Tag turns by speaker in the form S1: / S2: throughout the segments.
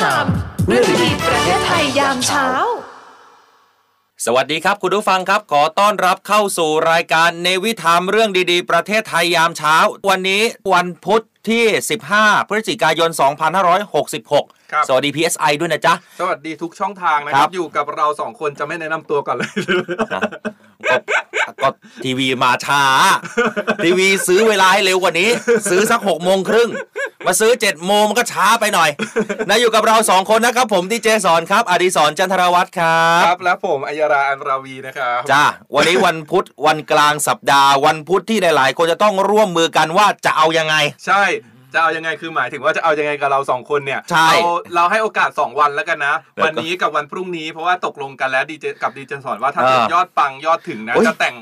S1: ชามเรื่องดีๆประเทศไทยยามเช้า
S2: สวัสดีครับคุณผู้ฟังครับ ขอต้อนรับเข้าสู่รายการเนวิธรรมเรื่องดีๆ ประเทศไทยยามเช้า วันนี้วันพุธที่ 15 พฤศจิกายน
S3: ครับ
S2: 2566 สวัสดี PSI ด้วยนะจ๊ะ
S3: สวัสดีทุกช่องทางนะครั
S2: ค
S3: บ
S2: รับ
S3: อยู่กับเราสองคนจะไม่แนะนำตัวก่อนเลย
S2: ก็ก็ทีวีมาช้า ทีวีซื้อเวลาให้เร็วกว่านี้ ซื้อสักหกโมงครึ่งมาซื้อ7จ็ดโมงมันก็ช้าไปหน่อยนะอยู่กับเราสองคนนะครับผมดีเจสอนครับ อดิสรจันทรวัตรครั
S3: ค
S2: บ
S3: รับแล้วผมอัยราอันราวีนะครับ
S2: จ้าวันนี้วันพุธวันกลางสัปดาห์ วันพุธที่หลายๆคนจะต้องร่วมมือกันว่าจะเอายังไง
S3: ใช่จะเอายังไงคือหมายถึงว่าจะเอายังไงกับเราสองคนเนี่ย
S2: ใช่
S3: เราเราให้โอกาส 2 วันแล้วกันนะ
S2: แล้วก็
S3: วันนี้กับวันพรุ่งนี้เพราะว่าตกลงกันแล้วดีเจกับดีเจสอนว่าถ้า
S2: เออย
S3: อดปังยอดถึงนะ
S2: โอ้ย
S3: จะแต่ง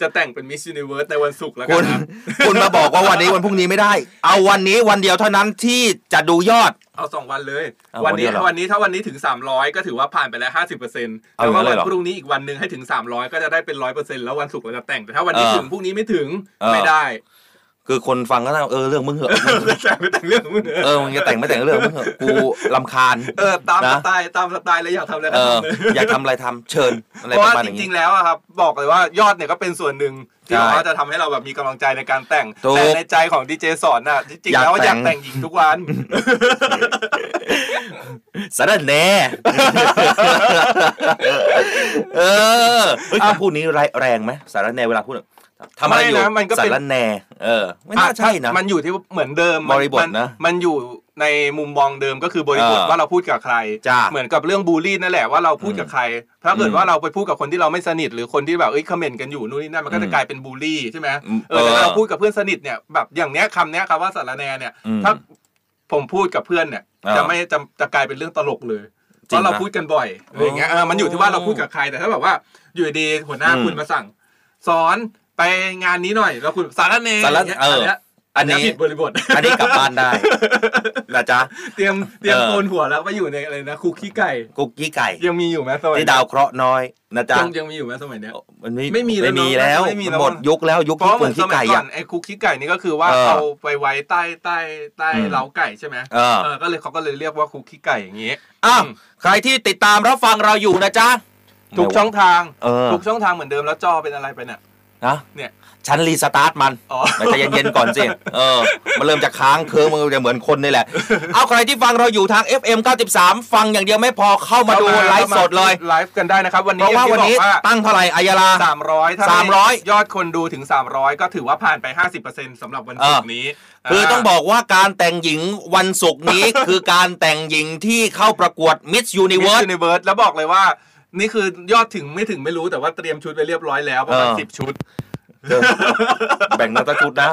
S3: จะแต่งเป็นมิส s u น i เวิร์สในวันศุกร์แล้วกั
S2: คุ
S3: น
S2: ณ
S3: นะ
S2: คุณมาบอกว่าวันนี้วันพรุ่งนี้ไม่ได้ เอาวันนี้วันเดียวเท่านั้นที่จะดูยอด
S3: เอา 2 วันเลย
S2: เอา
S3: วันนี้
S2: วันเดียวเหรอ
S3: วันนี้ถ้าวันนี้ถึง 300 ก็ถือว่าผ่านไปแล้ว 50%
S2: เอา
S3: แล้ว
S2: อย่าง
S3: ก็
S2: นั้นเล
S3: วั
S2: ย
S3: น
S2: เหรอ
S3: พรุ่งนี้อีกวันหนึ่งให้ถึง 300 ก็จะได้เป็น100%แล้ววันศุกร์เราจะแต่งแต่ถ้าวันนี้
S2: เออ
S3: ถึงพรุ่งนี้ไม่ถึง
S2: เออ
S3: ไม่ได้
S2: คือคนฟังก็ต้องเออเรื่องมึงเหอะ
S3: แต่ไม่แต่งเรื่องของมึง
S2: เออมึงจะแต่งไม่แต่งเรื่องมึงเหอะกูลำคาญ
S3: เออตาม
S2: นะ
S3: สไตล์ตามสไตล์เลยอยากทำอะไร
S2: เอ
S3: ก็
S2: อ
S3: ทำเลย
S2: อยากทำอะไรทำเชิญอะไร
S3: เพ
S2: ประ
S3: ราะว่า
S2: มาณ
S3: จ
S2: อย่าง
S3: ริ
S2: นี้
S3: งๆแล้วอะครับ บอกเลยว่ายอดเนี่ยก็เป็นส่วนหนึ่งที่
S2: ใช่
S3: บอกว่าจะทำให้เราแบบมีกำลังใจในการแต่ง
S2: ถูก
S3: แต่ในใจของดีเจสอนน่ะจริงๆ
S2: อยาก
S3: แล้วว่าอยาก
S2: แต่
S3: แต่
S2: ง
S3: งหญิงทุกวัน
S2: สารแหน่ เออเฮ้ยคำพูดนี้ไรแรงไหมสารแหน่เวลาพูดอะทำอะไรอยู่สารแหน่เออ ไม่น่าใช่นะ
S3: มันอยู่ที่เหมือนเดิม
S2: บริบท
S3: มั
S2: นะ
S3: มันอยู่ในมุมมองเดิมก็คือบริบท
S2: เออ
S3: ว่าเราพูดกับใคร
S2: จ้ะ
S3: เหมือนกับเรื่องบูลลี่นั่นแหละว่าเราพูดกับใคร ถ้าเกิดว่าเราไปพูดกับคนที่เราไม่สนิทหรือคนที่แบบเอ้ยคอมเมนต์กันอยู่นู่นนี่นั่นมันก็จะกลายเป็นบูลลี่ใช่ไหม
S2: อืม
S3: เออแต่ถ้าเรา
S2: เออ
S3: พูดกับเพื่อนสนิทเนี่ยแบบอย่างเนี้ยคำเนี้ยคำว่าสารแนเนี่ย
S2: อืม
S3: ถ้าผมพูดกับเพื่อนเนี่ย
S2: เออ
S3: จะไม่จะจะกลายเป็นเรื่องตลกเลย
S2: จ
S3: เพ
S2: ริง
S3: ราะเรา
S2: ปะ
S3: พูดกันบ่อยอะไรอย่างเงี้ยเออมันอยู่ที่ว่าเราพูดกับใครแต่ถ้าแบบว่าอยู่ดีๆหัวหน้า
S2: อืม
S3: คุณมาสั่ง สอนไปงานนี้หน่อยแล้วคุณสารแน
S2: สาร
S3: ย่างงี้ย
S2: เออ
S3: นี้ย
S2: อันนี้
S3: เยผิดบริบท
S2: อันนี้กลับบ้าน ได้นะจ๊ะ
S3: เตรียมเตรียม
S2: เออ
S3: โกนหัวแล้วไปอยู่ในอะไรนะคุกขี้ไก่
S2: กุ๊กกี้ไก่
S3: ยังมีอยู่ไหมสมัย
S2: ที่ดาวเคราะห์น้อยนะจ๊ะ
S3: ยังยังมีอยู่ไหมสมัยเนี้ย
S2: มันไม่
S3: ไม่มีแล้ว
S2: ไม่มีแล้ว
S3: ไม่มีแล้ว
S2: หมดยุคแล้วยุค
S3: เพราะ
S2: ที่
S3: เห
S2: กุ
S3: มื
S2: ก
S3: อนส
S2: กี้
S3: มั
S2: ไก่
S3: ยก่อ
S2: อะ
S3: นไอ้คุกขี้ไก่นี่ก็คือว่า
S2: เออ
S3: เอาไปไว้ใต้ใต้ใต้
S2: อืม
S3: เล้าไก่ใช่ไหม
S2: เออ
S3: เออก็เลยเขาก็เลยเรียกว่าคุกขี้ไก่อย่างนี้
S2: อ้าวใครที่ติดตามรับฟังเราอยู่นะจ๊ะ
S3: ทุกช่องทาง
S2: เออ
S3: ทุกช่องทางเหมือนเดิมแล้วจอเป็นอะไรไปเนี่ย
S2: นะ
S3: เนี่ย
S2: ฉันรีสตาร์ทมัน
S3: อ๋อ
S2: มันใจะเย็นๆก่อนสิ เออ มันเริ่มจะค้างเคิร์มมันจะเหมือนคน นี่แหละ เอาใครที่ฟังเราอยู่ทาง FM 93 ฟังอย่างเดียวไม่พอเข้ามาดูไลฟ์สดเลย
S3: ไลฟ์กันได้นะครับ วัน
S2: เพ
S3: นี้
S2: ราะว่าวันนี้
S3: อย่งที่บอก
S2: ตั้งเท่าไหร่อายาลา
S3: สามร้อยถ้า
S2: สามร้อย
S3: ยอดคนดูถึง 300 ก็ถือว่าผ่านไป 50%สำหรับวันศุกร์นี้
S2: คือต้องบอกว่าการแต่งหญิงวันศุกร์นี้ คือการแต่งหญิงที่เข้าประกวด Miss
S3: มิ
S2: Universe
S3: ยูนิเวิร์สแล้วบอกเลยว่า นี่คือยอดถึงไม่ถึงไม่รู้แต่ว่าเตรียมชุดไปเรียบร้อยแล้วประมาณ
S2: เออ
S3: สิบชุด
S2: แบ่งนักตะชุดนะ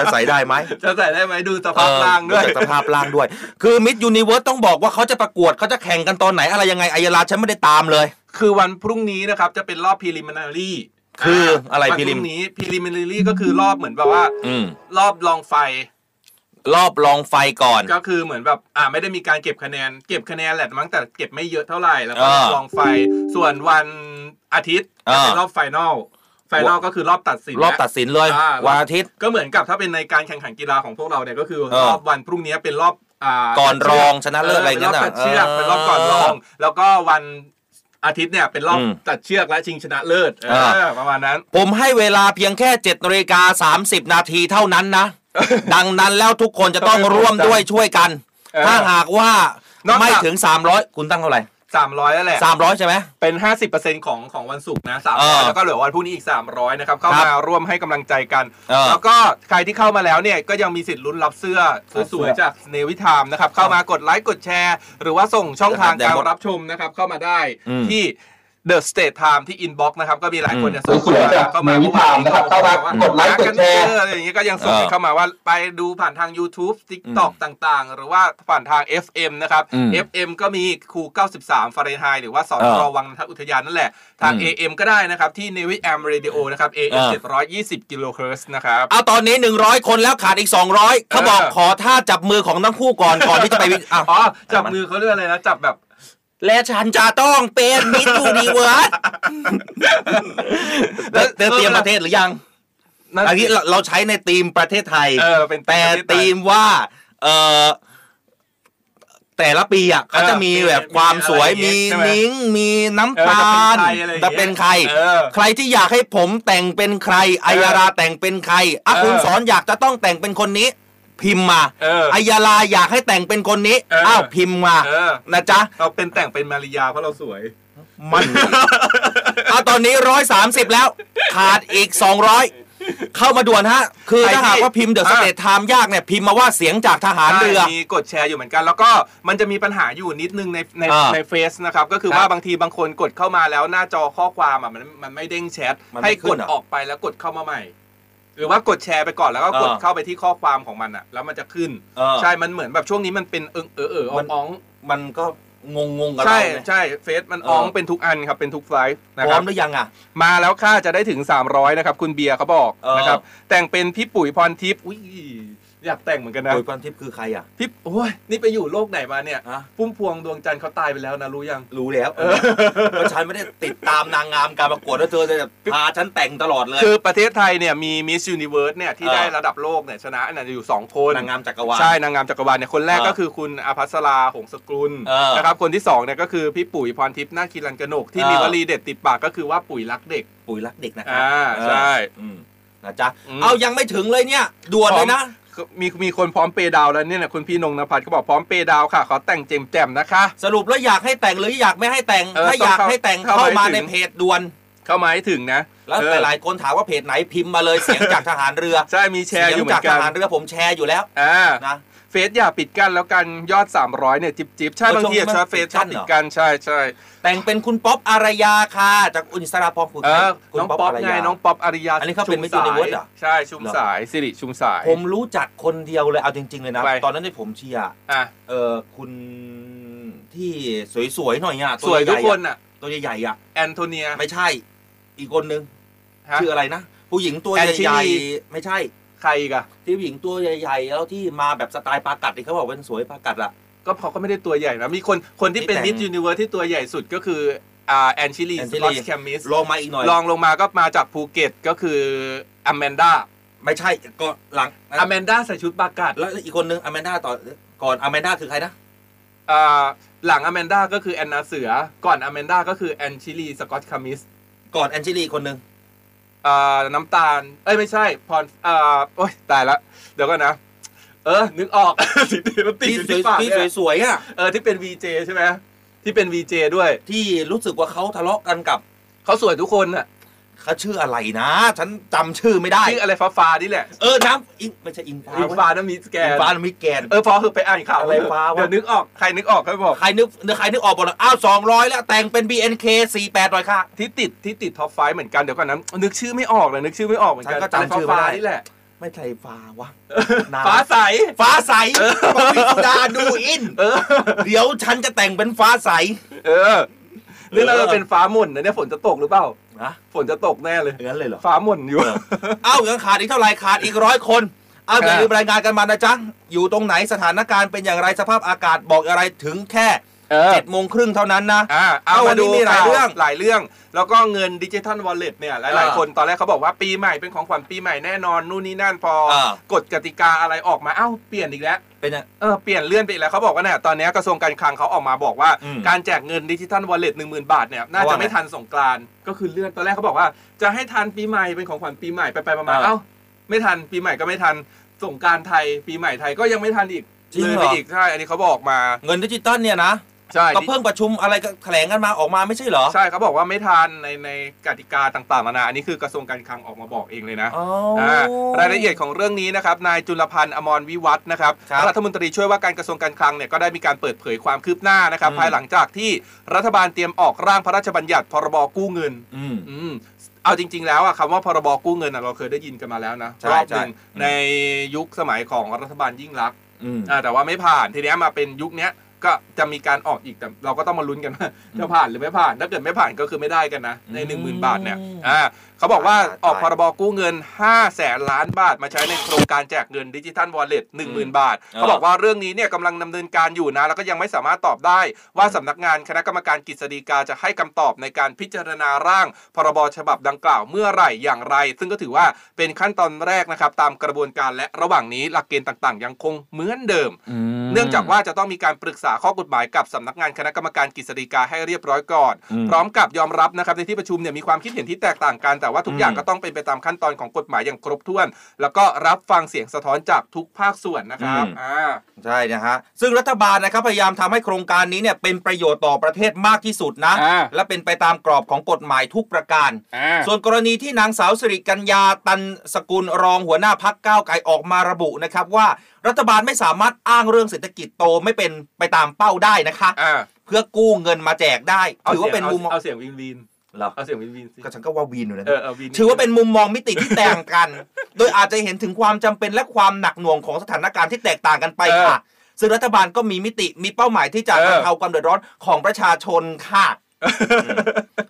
S2: จะใส่ได้ไหม
S3: จะใส่ได้ไหมดูสภาพร่างด้วย
S2: เออสภาพล่างด้วย คือ Miss Universe ต้องบอกว่าเขาจะประกวดเขาจะแข่งกันตอนไหนอะไรยังไงอายาลาฉันไม่ได้ตามเลย
S3: คือวันพรุ่งนี้นะครับ จะเป็นรอบ preliminary
S2: คืออะไร
S3: วันพ
S2: prelim
S3: รุ่งนี้ preliminary ก็คือรอบเหมือนแบบว่า
S2: อืม
S3: รอบลองไฟ
S2: รอบลองไฟก่อน
S3: ก็คือเหมือนแบบอ่าไม่ได้มีการเก็บคะแนน เก็บคะแนนแหละมั้งแต่เก็บไม่เยอะเท่าไหร่แล้วก็
S2: เออ
S3: ลองไฟส่วนวันอาทิตย์จะเป็น
S2: เออ
S3: รอบไฟนอลไฟนอลก็คือรอบตัดสิน
S2: รอบ
S3: และ
S2: ตัดสินเลย
S3: อ่า
S2: วันอาทิตย์
S3: ก็เหมือนกับถ้าเป็นในการแข่งขันกีฬาของพวกเราเนี่ยก็คือ
S2: เออ
S3: รอบวันพรุ่งนี้เป็นรอบอ่า
S2: ก่อนรองชนะเลิศอะไรอย่างเงี้ย
S3: ป็รอ
S2: น่ะ
S3: บตัดเชือก
S2: เออ
S3: เป็นรอบก่อนรอง แล้วก็วันอาทิตย์เนี่ยเป็นรอบ
S2: อืม
S3: ตัดเชือกและชิงชนะเลิศ
S2: อ่า
S3: เออประมาณนั้น
S2: ผมให้เวลาเพียงแค่7นาฬิกา30 นาทีเท่านั้นนะ ดังนั้นแล้วทุกคนจะต้องร่วมด้วยช่วยกัน
S3: เออ
S2: ถ้าหากว่าน
S3: อกจาก
S2: ไม่ถึง 300 คุณตั้งเท่าไหร่
S3: สามร้อยแล้วแหละ
S2: 300 ใช่ไหม
S3: เป็น 50%ของของวันศุกร์นะ
S2: เออ
S3: 300แล้วก็เหลือวันพรุ่งนี้อีก 300นะครับเข้า
S2: ครับ
S3: มาร่วมให้กำลังใจกัน
S2: เออ
S3: แล้วก็ใครที่เข้ามาแล้วเนี่ยก็ยังมีสิทธิ์ลุ้นรับเสื้อสวยๆจากเนวิทามนะครับเข้ามากดไลค์กดแชร์ หรือว่าส่งช่องทาง
S2: เดี๋ยว
S3: การ
S2: หมด
S3: รับชมนะครับเข้ามาได้
S2: อืม
S3: ที่ The State Time ที่ Inbox นะครับก็มีหลายคนเนี่ยส่ง
S4: สวยๆจากเนวิธามนะครับเข้ามากดไลค์กดแชร์
S3: เอออะไรอย่างเงี้ยก็ยังส่ง
S2: เออ
S3: กันเข้ามาว่าไปดูผ่านทาง YouTube TikTok ต่างๆ หรือว่าผ่านทาง FM นะครับ
S2: อืม
S3: FM ก็มีครู 93ฟาเรนไฮต์หรือว่าสอน
S2: เอ
S3: ร
S2: อ
S3: วังนันทอุทยานนั่นแหละ ทาง
S2: อืม
S3: AM ก็ได้นะครับ ที่ n a v y AM Radio นะครับ
S2: เอ
S3: AM
S2: อ
S3: 720กิโลเฮิรตซ์นะครับ
S2: เอาตอนนี้ 100 คนแล้วขาดอีก 200เขาบอก
S3: เออ
S2: ขอท่าจับมือของทั้งคู่ก่อน ก่อนที่จะไปวิ่งอ่ะ
S3: อ๋อ จับมือเขาเรื่องอะไรนะ จับแบบ
S2: และฉันจะต้องเป็นมิสยูนิเวิร์ ส
S3: แล้ว
S2: เตรียมประเทศหรือยัง
S3: นั่น
S2: อันนี้เราเราใช้ในธีมประเทศไทย
S3: เออเป็น
S2: แต่
S3: ประเทศไย
S2: ธีมว่าเออ แต่ละปีอ่ะเขาจะมีแบบความสวย
S3: มี
S2: มี
S3: อะไรอย่างเงี้ย
S2: นิ้งมีน้ำตาล
S3: เออจะเป็นใครอะไร
S2: จะเป็นใคร
S3: อย่างเงี้ยเออ
S2: ใครที่อยากให้ผมแต่งเป็นใครอายาราแต่งเป็นใครอะ
S3: เออ
S2: คุณสอนอยากจะต้องแต่งเป็นคนนี้ พิมพ์มา
S3: เอออ
S2: ายาราอยากให้แต่งเป็นคนนี้
S3: เอออ้
S2: อ้าวพิมพ์มา
S3: เออ
S2: นะ จ๊ะ
S3: เราเป็นแต่งเป็นมาริยาเพราะเราสวย
S2: มันเอาตอนนี้ร้อยสามสิบแล้ว ขาดอีกสองร้อยเข้ามาด่วนฮะ คือ
S3: ใครที่
S2: ถ้าหากว่าพิมพ์เดอะส
S3: อ่ะ
S2: เตทไทม์ยากเนี่ยพิมพ์มาว่าเสียงจากทหารเรือ
S3: ใช่มีกดแชร์อยู่เหมือนกัน แล้วก็มันจะมีปัญหาอยู่นิดนึงในใน
S2: อ่า
S3: ในเฟซนะครับ ก็คือ
S2: ครับ
S3: ว่าบางทีบางคนกดเข้ามาแล้วหน้าจอข้อความอ่ะมันมันไม่เด้งแชท
S2: มันไม่
S3: ให้
S2: ขึ้
S3: ก
S2: น
S3: ด
S2: เหรอ
S3: ออกไปแล้วกดเข้ามาใหม่ หรือว่ากดแชร์ไปก่อนแล้วก็กด
S2: อ่า
S3: เข้าไปที่ข้อความของมันอ่ะ แล้วมันจะขึ้น
S2: เออ
S3: ใช่มันเหมือนแบบช่วงนี้มันเป็นเอิงเออเออ
S2: มั
S3: อ่อน งอ่อง
S2: มันก็งงงๆกับ
S3: ใช่
S2: เราเนี่ย
S3: ใช่เฟซมัน
S2: เออ
S3: อ่องเป็นทุกอันครับเป็นทุกไลฟ์นะ
S2: พ
S3: ค
S2: ร้อ
S3: รับ
S2: มหรือยังอ่ะ
S3: มาแล้วค่าจะได้ถึง 300นะครับคุณเบียร์เขาบอก
S2: เออ
S3: นะครับแต่งเป็นพี่ปุ๋ยพรทิพย์อุ้ยอยากแต่งเหมือนกันนะ
S2: โดยพันทิพย์คือใครอ่ะ
S3: พี่โอ้ยนี่ไปอยู่โลกไหนมาเนี่ย
S2: ฮะ
S3: พุ่มพวงดวงจันทร์เขาตายไปแล้วนะรู้ยัง
S2: รู้แล้วเพราะฉันไม่ได้ติดตามนางงามการประกวดแล้วเธอจะแบบพาฉันแต่งตลอดเลย
S3: คือประเทศไทยเนี่ยมีมิส s u นิเวิร์สเนี่ยที่
S2: เออ
S3: ได้ระดับโลกเนี่ยชนะเนี่ยจะอยู่ 2 คน
S2: นางงามจักรวาล
S3: ใช่นางงามจักรวาลเนี่ยคนแรก
S2: เออ
S3: ก็คือคุณอภัสราหงสกุล
S2: เออ
S3: นะครับคนที่2เนี่ยก็คือพี่ปุ๋ยพรทิพย์นาคคีรันกนก ที่
S2: เออ
S3: มีวลีเด็ดติดปากก็คือว่าปุ๋ยรักเด็ก
S2: ปุ๋ยรักเด็กนะครั
S3: อ่า
S2: เออ
S3: ใช่
S2: อืมนะจ๊ะ
S3: อืม
S2: เอายังไม่ถึงเลยเนี่ยด่วนเลยนะ
S3: มีมีคนพร้อมเปย์ดาวแล้วเนี่ยนะคุณพี่นงนภัทรก็บอกพร้อมเปย์ดาวค่ะขอแต่งเจมแจมนะคะ
S2: สรุปแล้วอยากให้แต่งหรืออยากไม่ให้แต่ง
S3: เออ
S2: ถ้าอยากให้แต่ง
S3: ต้องเข้า
S2: เข้ามา
S3: เข้าไปถึง
S2: ในเพจด่วน
S3: เข้ามาให้ถึงนะ
S2: แล้ว
S3: เอ
S2: แต่
S3: อ
S2: หลายคนถามว่าเพจไหนพิมพ์มาเลยเสียงจากทหารเรือ
S3: ใช่มีแช
S2: เสีย
S3: ร์องยู่เหมื
S2: จา
S3: อก น
S2: ท
S3: กัน
S2: หารเรือผมแชร์อยู่แล้ว
S3: อ่า
S2: นะ
S3: เฟซอย่าปิดกั้นแล้วกันยอด 300เนี่ยจิบจิบๆ
S2: เออบ
S3: ใช่างที
S2: ช่วงนี้
S3: ชอ
S2: มั
S3: บ
S2: น
S3: เฟซ
S2: ปิด
S3: ช
S2: กั้
S3: อบ
S2: น
S3: ปิ
S2: เหร
S3: ด
S2: อ
S3: กั้นใช่ใช่
S2: แต่งเป็นคุณป๊อปอารยาค่ะจากอุนสราพรคุณ
S3: เออ
S2: คุณ
S3: น้อง
S2: ป๊อป
S3: ป๊อป
S2: อาร
S3: ไง
S2: ยา
S3: น้องป๊อปอาริยา
S2: อันนี้เขาเป็น
S3: ชุ
S2: Miss
S3: สาย
S2: Universe เหรอ
S3: ใช่ชุมสายสิริชุมสาย
S2: ผมรู้จักคนเดียวเลยเอาจริง ๆเลยนะ
S3: ไป
S2: ตอนนั้นที่ผมเชียร์
S3: อ่ะ
S2: เออคุณที่สวยๆหน่อยอ่ะ
S3: สวยทุกคน
S2: ใหญ่ๆอะตัว
S3: อ่ะ
S2: ใหญ่ๆอ่ะ
S3: แอนโทเนีย
S2: ไม่ใช่ อีกคนนึง
S3: ฮะ
S2: ชื่ออะไรนะผู้หญิงตัว
S3: แอนชิ
S2: ใหญ่
S3: ลี
S2: ๆไม่ใช่
S3: ใครอีกอ่ะ
S2: ที่ผู้หญิงตัวใหญ่ๆแล้วที่มาแบบสไตล์ปากัดที่เขาบอกเป็นสวยปากัดล่ะ
S3: ก็เขาก็ไม่ได้ตัวใหญ่นะ มีคนคนที่เป็น
S2: นี่
S3: นิ
S2: แต่ง
S3: ดยูนิเวิร์สที่ตัวใหญ่สุดก็คืออ่าแอนชิลี
S2: แอน
S3: ส
S2: ชิลี
S3: กอตแคมมิส
S2: ลองมาอีกหน่อย
S3: ลองลงมาก็มาจากภูเก็ตก็คืออแมนด้า
S2: ไม่ใช่ก็หลัง
S3: อแมนด้าใส่ชุดบากัด
S2: แล้วอีกคนนึงอแมนด้าต่อก่อนอแมนด้าคือใครนะ
S3: อ่าหลังอแมนด้าก็คือแอนนาเสือก่อนอแมนด้าก็คือแอนชิลีสกอตแคมมิส
S2: ก่อนแอนเจลีคนนึง
S3: อ่าน้ำตาล เอ้ย ไม่ใช่ พรอ่าโอ๊ย ตายละ เดี๋ยวก่อนนะ เออ นึกออก ติดติดติด
S2: ที่
S3: อ
S2: สวย
S3: ยู่ที่ปาก
S2: ที่
S3: เนี่ย
S2: สวยๆอ่ะ
S3: เออ ที่เป็น VJ ใช่ไหม ที่เป็น VJ ด้วย
S2: ที่รู้สึกว่าเขาทะเลาะกันกับ
S3: เขาสวยทุกคนน่ะ
S2: เขาชื่ออะไรนะ ฉันจำชื่อไม่ได้
S3: ชื่ออะไรฟ้าฟ้าๆนี่แหละ
S2: เออน้ำอิงไม่ใช่อิงฟ้า
S3: อิงฟ้าน้ำมีสแก
S2: อิ
S3: น
S2: งฟ้าน้ำมิแกน
S3: เออ พอคือไปอ่านข่าว
S2: อะไรฟ้าวะ
S3: เดี๋ยวนึกออก ใครนึกออกก็บอก
S2: ใครนึกใครนึกออกบอกเลยอ้าวสองร้อยแล้วแต่งเป็น BNK 48หน่อยค่ะ
S3: ที่ติด ที่ติดท็อปไฟเหมือนกัน เดี๋ยวก่อนนะ นึกชื่อไม่ออกเลย นึกชื่อไม่ออกเหมือนกั
S2: ฉั
S3: น
S2: นก็จำชื่อไม่
S3: ฟ้า
S2: ได้
S3: ๆนี่แหละ
S2: ไม่ใช่ฟ้าวะ
S3: ฟ้าใส
S2: ฟ้าใสปวิสุดาดูอิน
S3: เออ
S2: เดี๋ยวฉันจะแต่งเป็นฟ้าใส
S3: เออนี่เราจะเป็นฟ้าหม่นนะเนี่ย ฝนจะตกหรือเปล่า
S2: นะ
S3: ฝนจะตกแน่เลย
S2: อย่างนั้นเลยเหรอ
S3: ฟ้าหม่นอยู่
S2: เออ เอ้ายังขาดอีกเท่าไหร่ขาดอีกร้อยคนเอาอย่า
S3: อ่า
S2: ลืมรายงานกันมานะจ๊ะ อยู่ตรงไหนสถานการณ์เป็นอย่างไรสภาพอากาศบอกอะไรถึงแค่
S3: เออ
S2: เจ็ดโมงครึ่งเท่านั้นนะ
S3: อ่าเอา
S2: เอาวั
S3: มาน
S2: นี้
S3: ดู
S2: มีหลาย
S3: ข่ว
S2: เรื่อง
S3: หลายเรื่อง แล้วก็เงินดิจิทัลวอลเล็ตเนี่ย หลาย
S2: อ่า
S3: ๆ คนตอนแรกเขาบอกว่าปีใหม่เป็นของขวัญปีใหม่แน่นอน นู่นนี่นั่นพออา กฎกติกาอะไรออกมาเอ้าเปลี่ยนอีกแล้ว
S2: เป็นยัง
S3: เออเปลี่ยนเลื่อนไปอีกแล้วเขาบอกว่าเนี่ยตอนนี้กระทรวงการคลังเขาออกมาบอกว่า
S2: อืม
S3: การแจกเงินดิจิทัลวอลเล็ตหนึ่งหมื่นบาทเนี่ยน่า
S2: เพราะ
S3: จะ
S2: ว่า
S3: ไม่ทันสงกรานต์ก็คือเลื่อนตอนแรกเขาบอกว่า จะให้ทันปีใหม่เป็นของขวัญปีใหม่ไปไปๆมา
S2: อ่า
S3: ๆเอ้าไม่ทันปีใหม่ก็ไม่ทันสงกรารไทยปีใหม่ไทยก็ยังไม่ทันอีก
S2: จริง
S3: เลย
S2: เหร
S3: ไป
S2: ออี
S3: อีกใช่อันนี้เขาบอกมา
S2: เงินดิจิตอลเนี่ยนะ
S3: ใช่
S2: ก็เพิ่งประชุมอะไรก็แถลงกันมาออกมาไม่ใช่เหรอ
S3: ใช่เขาบอกว่าไม่ทันในในกติกาต่างๆนานาอันนี้คือกระทรวงการคลังออกมาบอกเองเลยนะ
S2: อ๋ออ
S3: อ่ารายละเอียดของเรื่องนี้นะครับนายจุลพันธ์อมรวิวัฒน์นะครับ
S2: ครับ
S3: รัฐมนตรีช่วยว่าการกระทรวงการคลังเนี่ยก็ได้มีการเปิดเผยความคืบหน้านะครับ
S2: อืม
S3: ภายหลังจากที่รัฐบาลเตรียมออกร่างพระราชบัญญัติพรบกู้เงิน
S2: อืม
S3: อืมเอาจริง ๆ แล้วอะคำว่าพรบกู้เงินอะเราเคยได้ยินกันมาแล้วนะ
S2: ใช่
S3: รอบหนึ่ง
S2: ใช่อืม
S3: ในยุคสมัยของรัฐบาลยิ่งรักษณ์
S2: อืม
S3: อ่าแต่ว่าไม่ผ่านทีเนี้ยมาเป็นยุคเนี้ยก็จะมีการออกอีกแต่ เราก็ต้องมาลุ้นกันว่าจะผ่านหรือไม่ผ่าน ถ้าเกิดไม่ผ่านก็คือไม่ได้กันนะใน
S2: อืม
S3: 1 0,000 บาทเนี่ยอ่า เขาบอกว่า
S2: ตาย
S3: ออกพ
S2: ตาย
S3: รบกู้เงิน 5 แสนล้านบาทมาใช้ในโครงการแจกเงินดิจิทัลวอลเล็ตหนึ่งหมื่นบาท
S2: เออ
S3: เขาบอกว่าเรื่องนี้เนี่ยกำลังดำเนินการอยู่นะ แล้วก็ยังไม่สามารถตอบได้ว่าสำนักงานคณะกรรมการกฤษฎีกาจะให้คำตอบในการพิจารณาร่าง พรบฉบับดังกล่าวเมื่อไหร่อย่างไร ซึ่งก็ถือว่าเป็นขั้นตอนแรกนะครับตามกระบวนการและระหว่างนี้หลักเกณฑ์ต่างๆ ยังคงเหมือนเดิม เนื่องจากว่าจะต้องมีการปรึกษาข้อกฎหมายกับสำนักงานคณะกรรมการกฤษฎีกาให้เรียบร้อยก่อน
S2: อืม
S3: พร้อมกับยอมรับนะครับในที่ประชุมเนี่ยมีความคิดเห็นที่แตกต่างกัน แต่ว่าทุกอย่าง
S2: อืม
S3: ก็ต้องเป็นไปตามขั้นตอนของกฎหมายอย่างครบถ้วน แล้วก็รับฟังเสียงสะท้อนจากทุกภาคส่วนนะครับอ่า
S2: ใช่นะฮะ ซึ่งรัฐบาลนะครับพยายามทำให้โครงการนี้เนี่ยเป็นประโยชน์ต่อประเทศมากที่สุดนะ
S3: อ่า
S2: และเป็นไปตามกรอบของกฎหมายทุกประการ
S3: อ่า
S2: ส่วนกรณีที่นางสาวสิริกัญญาตันสกุลรองหัวหน้าพักก้าวไกลออกมาระบุนะครับว่ารัฐบาลไม่สามารถอ้างเรื่องเศรษฐกิจโตไม่เป็นไปตามเป้าได้นะคะ
S3: อ่า
S2: เพื่อกู้เงินมาแจกได้
S3: เอา
S2: ถือว่าเป็นมุมมอง
S3: เอาเสียงวินวิน
S2: เหรอ
S3: เอาเสียงวินวินสิ
S2: ก็ฉันก็ว่าวีนอยู่นะ
S3: เออเอาวิน
S2: ถือว่าเป็นมุมมองมิติที่แตก กัน โดยอาจจะเห็นถึงความจำเป็นและความหนักหน่วงของสถานการณ์ที่แตกต่างกันไปค่ะ ซึ่งรัฐบาลก็มีมิติมีเป้าหมายที่จะบรรเทาความเดือดร้อนของประชาชน ค่ะ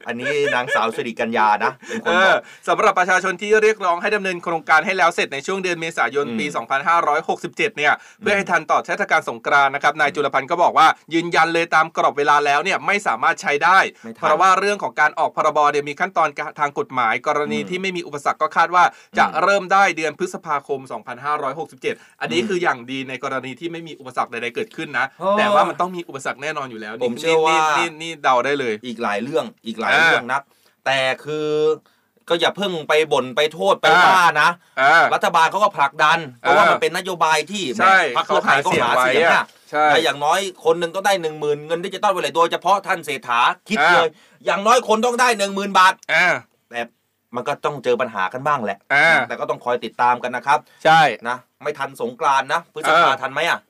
S2: อันนี้นางสาวสิริกัญญานะ เป็นคน
S3: เอ
S2: บอก
S3: อสำหรับประชาชนที่เรียกร้องให้ดำเนินโครงการให้แล้วเสร็จในช่วงเดือนเมษายน
S2: อืม
S3: ปี 2567 เนี่ย เพื่อให้ทันต่อเทศกาลสงกรานต์นะครับ นายจุลพันธ์ก็บอกว่ายืนยันเลยตามกรอบเวลาแล้วเนี่ยไม่สามารถใช้ได้
S2: ไม่ทัน
S3: เพราะว่าเรื่องของการออกพรบเนี่ยมีขั้นตอนทางกฎหมาย กรณี
S2: อืม
S3: ที่ไม่มีอุปสรรคก็คาดว่าจะ
S2: อืม
S3: เริ่มได้เดือนพฤษภาคม 2567 อันนี้
S2: อืม
S3: คืออย่างดีในกรณีที่ไม่มีอุปสรรคใดๆเกิดขึ้นนะ
S2: โอ้
S3: แต่ว่ามันต้องมีอุปสรรคแน่นอนอยู่แล้วนี่
S2: ผมเชื่อว่า
S3: นี่นี่นี่เดาได้เลย
S2: อีกหลายเรื่องอีกหลาย
S3: อ่า
S2: เรื่องนัก แต่คือก็อย่าเพิ่งไปบ่นไปโทษไป
S3: อ่า
S2: ว่านะ
S3: อ่า
S2: รัฐบาลเขาก็ผลักดัน เพราะว่า
S3: อ่ามั
S2: มันเป็นนโยบายที่แหม
S3: ใช่
S2: พรรคเพื่อไทยก็หาเสียง
S3: อะ
S2: อะ
S3: ใช่
S2: และอย่างน้อยคนหนึ่งต้องได้หนึ่งหมื่นเงินดิจิตอลไปเลยโดยเฉพาะท่านเศรษฐาคิด
S3: อ่า
S2: เลย อย่างน้อยคนต้องได้หนึ่งหมื่นบาท
S3: อ่า
S2: แต่มันก็ต้องเจอปัญหากันบ้างแหละ
S3: อ่า
S2: แต่ก็ต้องคอยติดตามกันนะครับ
S3: ใช่
S2: นะไม่ทันสงกรานต์นะพฤษภา
S3: เออ
S2: ทันไหมอ่ะ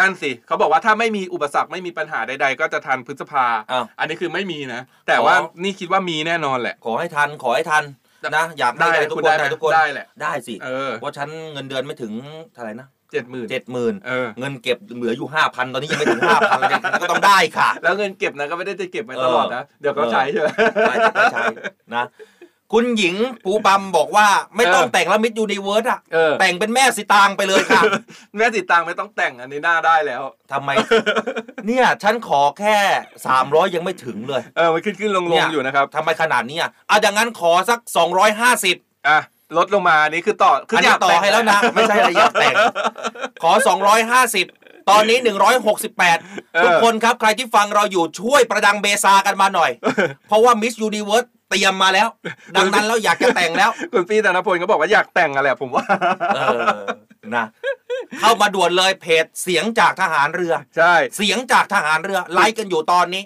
S3: นั่นสิเขาบอกว่าถ้าไม่มีอุปสรรคไม่มีปัญหาใด ๆ ก็จะทันพฤษภา
S2: อ้าว
S3: อันนี้คือไม่มีนะ แต่ว่า
S2: อ๋อ
S3: นี่คิดว่ามีแน่นอนแหละ
S2: ขอให้ทันขอให้ทันนะอยากได้
S3: ได้
S2: กันทุก
S3: คุณ
S2: คน
S3: ได้
S2: ได้
S3: ไหม
S2: ทุกคน
S3: ได้แหละ
S2: ได้สิ
S3: เออ
S2: เพราะฉันเงินเดือนไม่ถึงเท่าไหร่นะ
S3: เจ็ดหมื่น
S2: เจ็ดหมื่น
S3: เออ
S2: เงินเก็บเหลืออยู่ห้าพันตอนนี้ยังไม่ถึงห้าพันเลยก็ต้องได้ค่ะ
S3: แล้วเงินเก็บนะก็ไม่ได้จะเก็บไว้ตลอดนะ เดี๋ยวก็
S2: เออ
S3: ใช้ใช่ไหม
S2: ใช่ใช่ใช่นะ คุณหญิงปูปัมบอกว่าไม่ต้อง
S3: เออ
S2: แต่งละมิดยูนิเวิร์สอ่ะ
S3: เออ
S2: แต่งเป็นแม่สิตางไปเลยค่ะ
S3: แม่ติดตังค์ไม่ต้องแต่งอันนี้หน้าได้แล้ว
S2: ทำไม เนี่ย ฉันขอแค่ 300 ยังไม่ถึงเลย
S3: เออมันขึ้นขึ้นลงล
S2: เนี่
S3: ง
S2: ย
S3: อยู่นะครับ
S2: ทำไมขนาดนี้อ่ะเอาอย่างนั้นขอสัก 250
S3: อ่ะลดลงมาอันนี้คือต่อคื
S2: อันนี้ต่อให้แล้วนะ ไม่ใช่อะไรอยากแต่ง ขอ 250 ตอนนี้ 168 ทุกคนครับ ใครที่ฟังเราอยู่ช่วยประดังเบซากันมาหน่อย เพราะว่ามิสยูนิเวิร์สเตรียมมาแล้ว ดังนั้นแล้วอยากจะแต่งแล้ว
S3: คุณพี่ธนพลก็บอกว่าอยากแต่งอะแหละผมว่า
S2: เออนะเข้ามาด่วนเลยเพจเสียงจากทหารเรือ
S3: ใช่
S2: เสียงจากทหารเรือไลฟ์กันอยู่ตอนนี้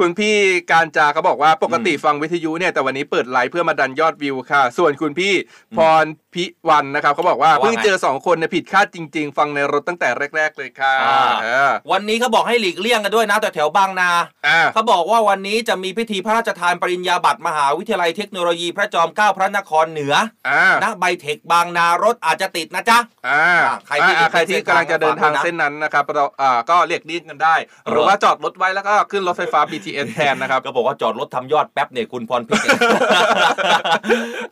S3: คุณพี่การจาเขาบอกว่าปกติฟังวิทยุเนี่ยแต่วันนี้เปิดไลฟ์เพื่อมาดันยอดวิวค่ะ ส่วนคุณพี่พรพิวันนะครับเขาบอกว่า
S2: ว่าไง
S3: เพิ่งเจอสองคนเนี่ยผิดคาดจริง ๆ ฟังในรถตั้งแต่แรก ๆ เลยค่ะ
S2: อ่า
S3: เออ
S2: วันนี้เขาบอกให้หลีกเลี่ยงกันด้วยนะแต่แถวบางนา
S3: อ่า
S2: เขาบอกว่าวันนี้จะมีพิธีพระราชทานปริญญาบัตรมหาวิทยาลัยเทคโนโลยีพระจอมเกล้าพระนครเหนือ
S3: อ่า
S2: ณไบเทคบางนารถอาจจะติดนะจ๊ะ
S3: อ่า
S2: อ่าใครที่
S3: อ่าใครที่กำลังจะเดินทางเส้นนั้นนะครับเราอ่าก็เรียกเรียกกันได้ หรือว่าจอดรถไว้แล้วก็ขึ้นรถไฟฟ้า BTS แทนนะครับ
S2: ก็บอกว่าจอดรถทำยอดแป๊บเนี่ยคุณพร พิษ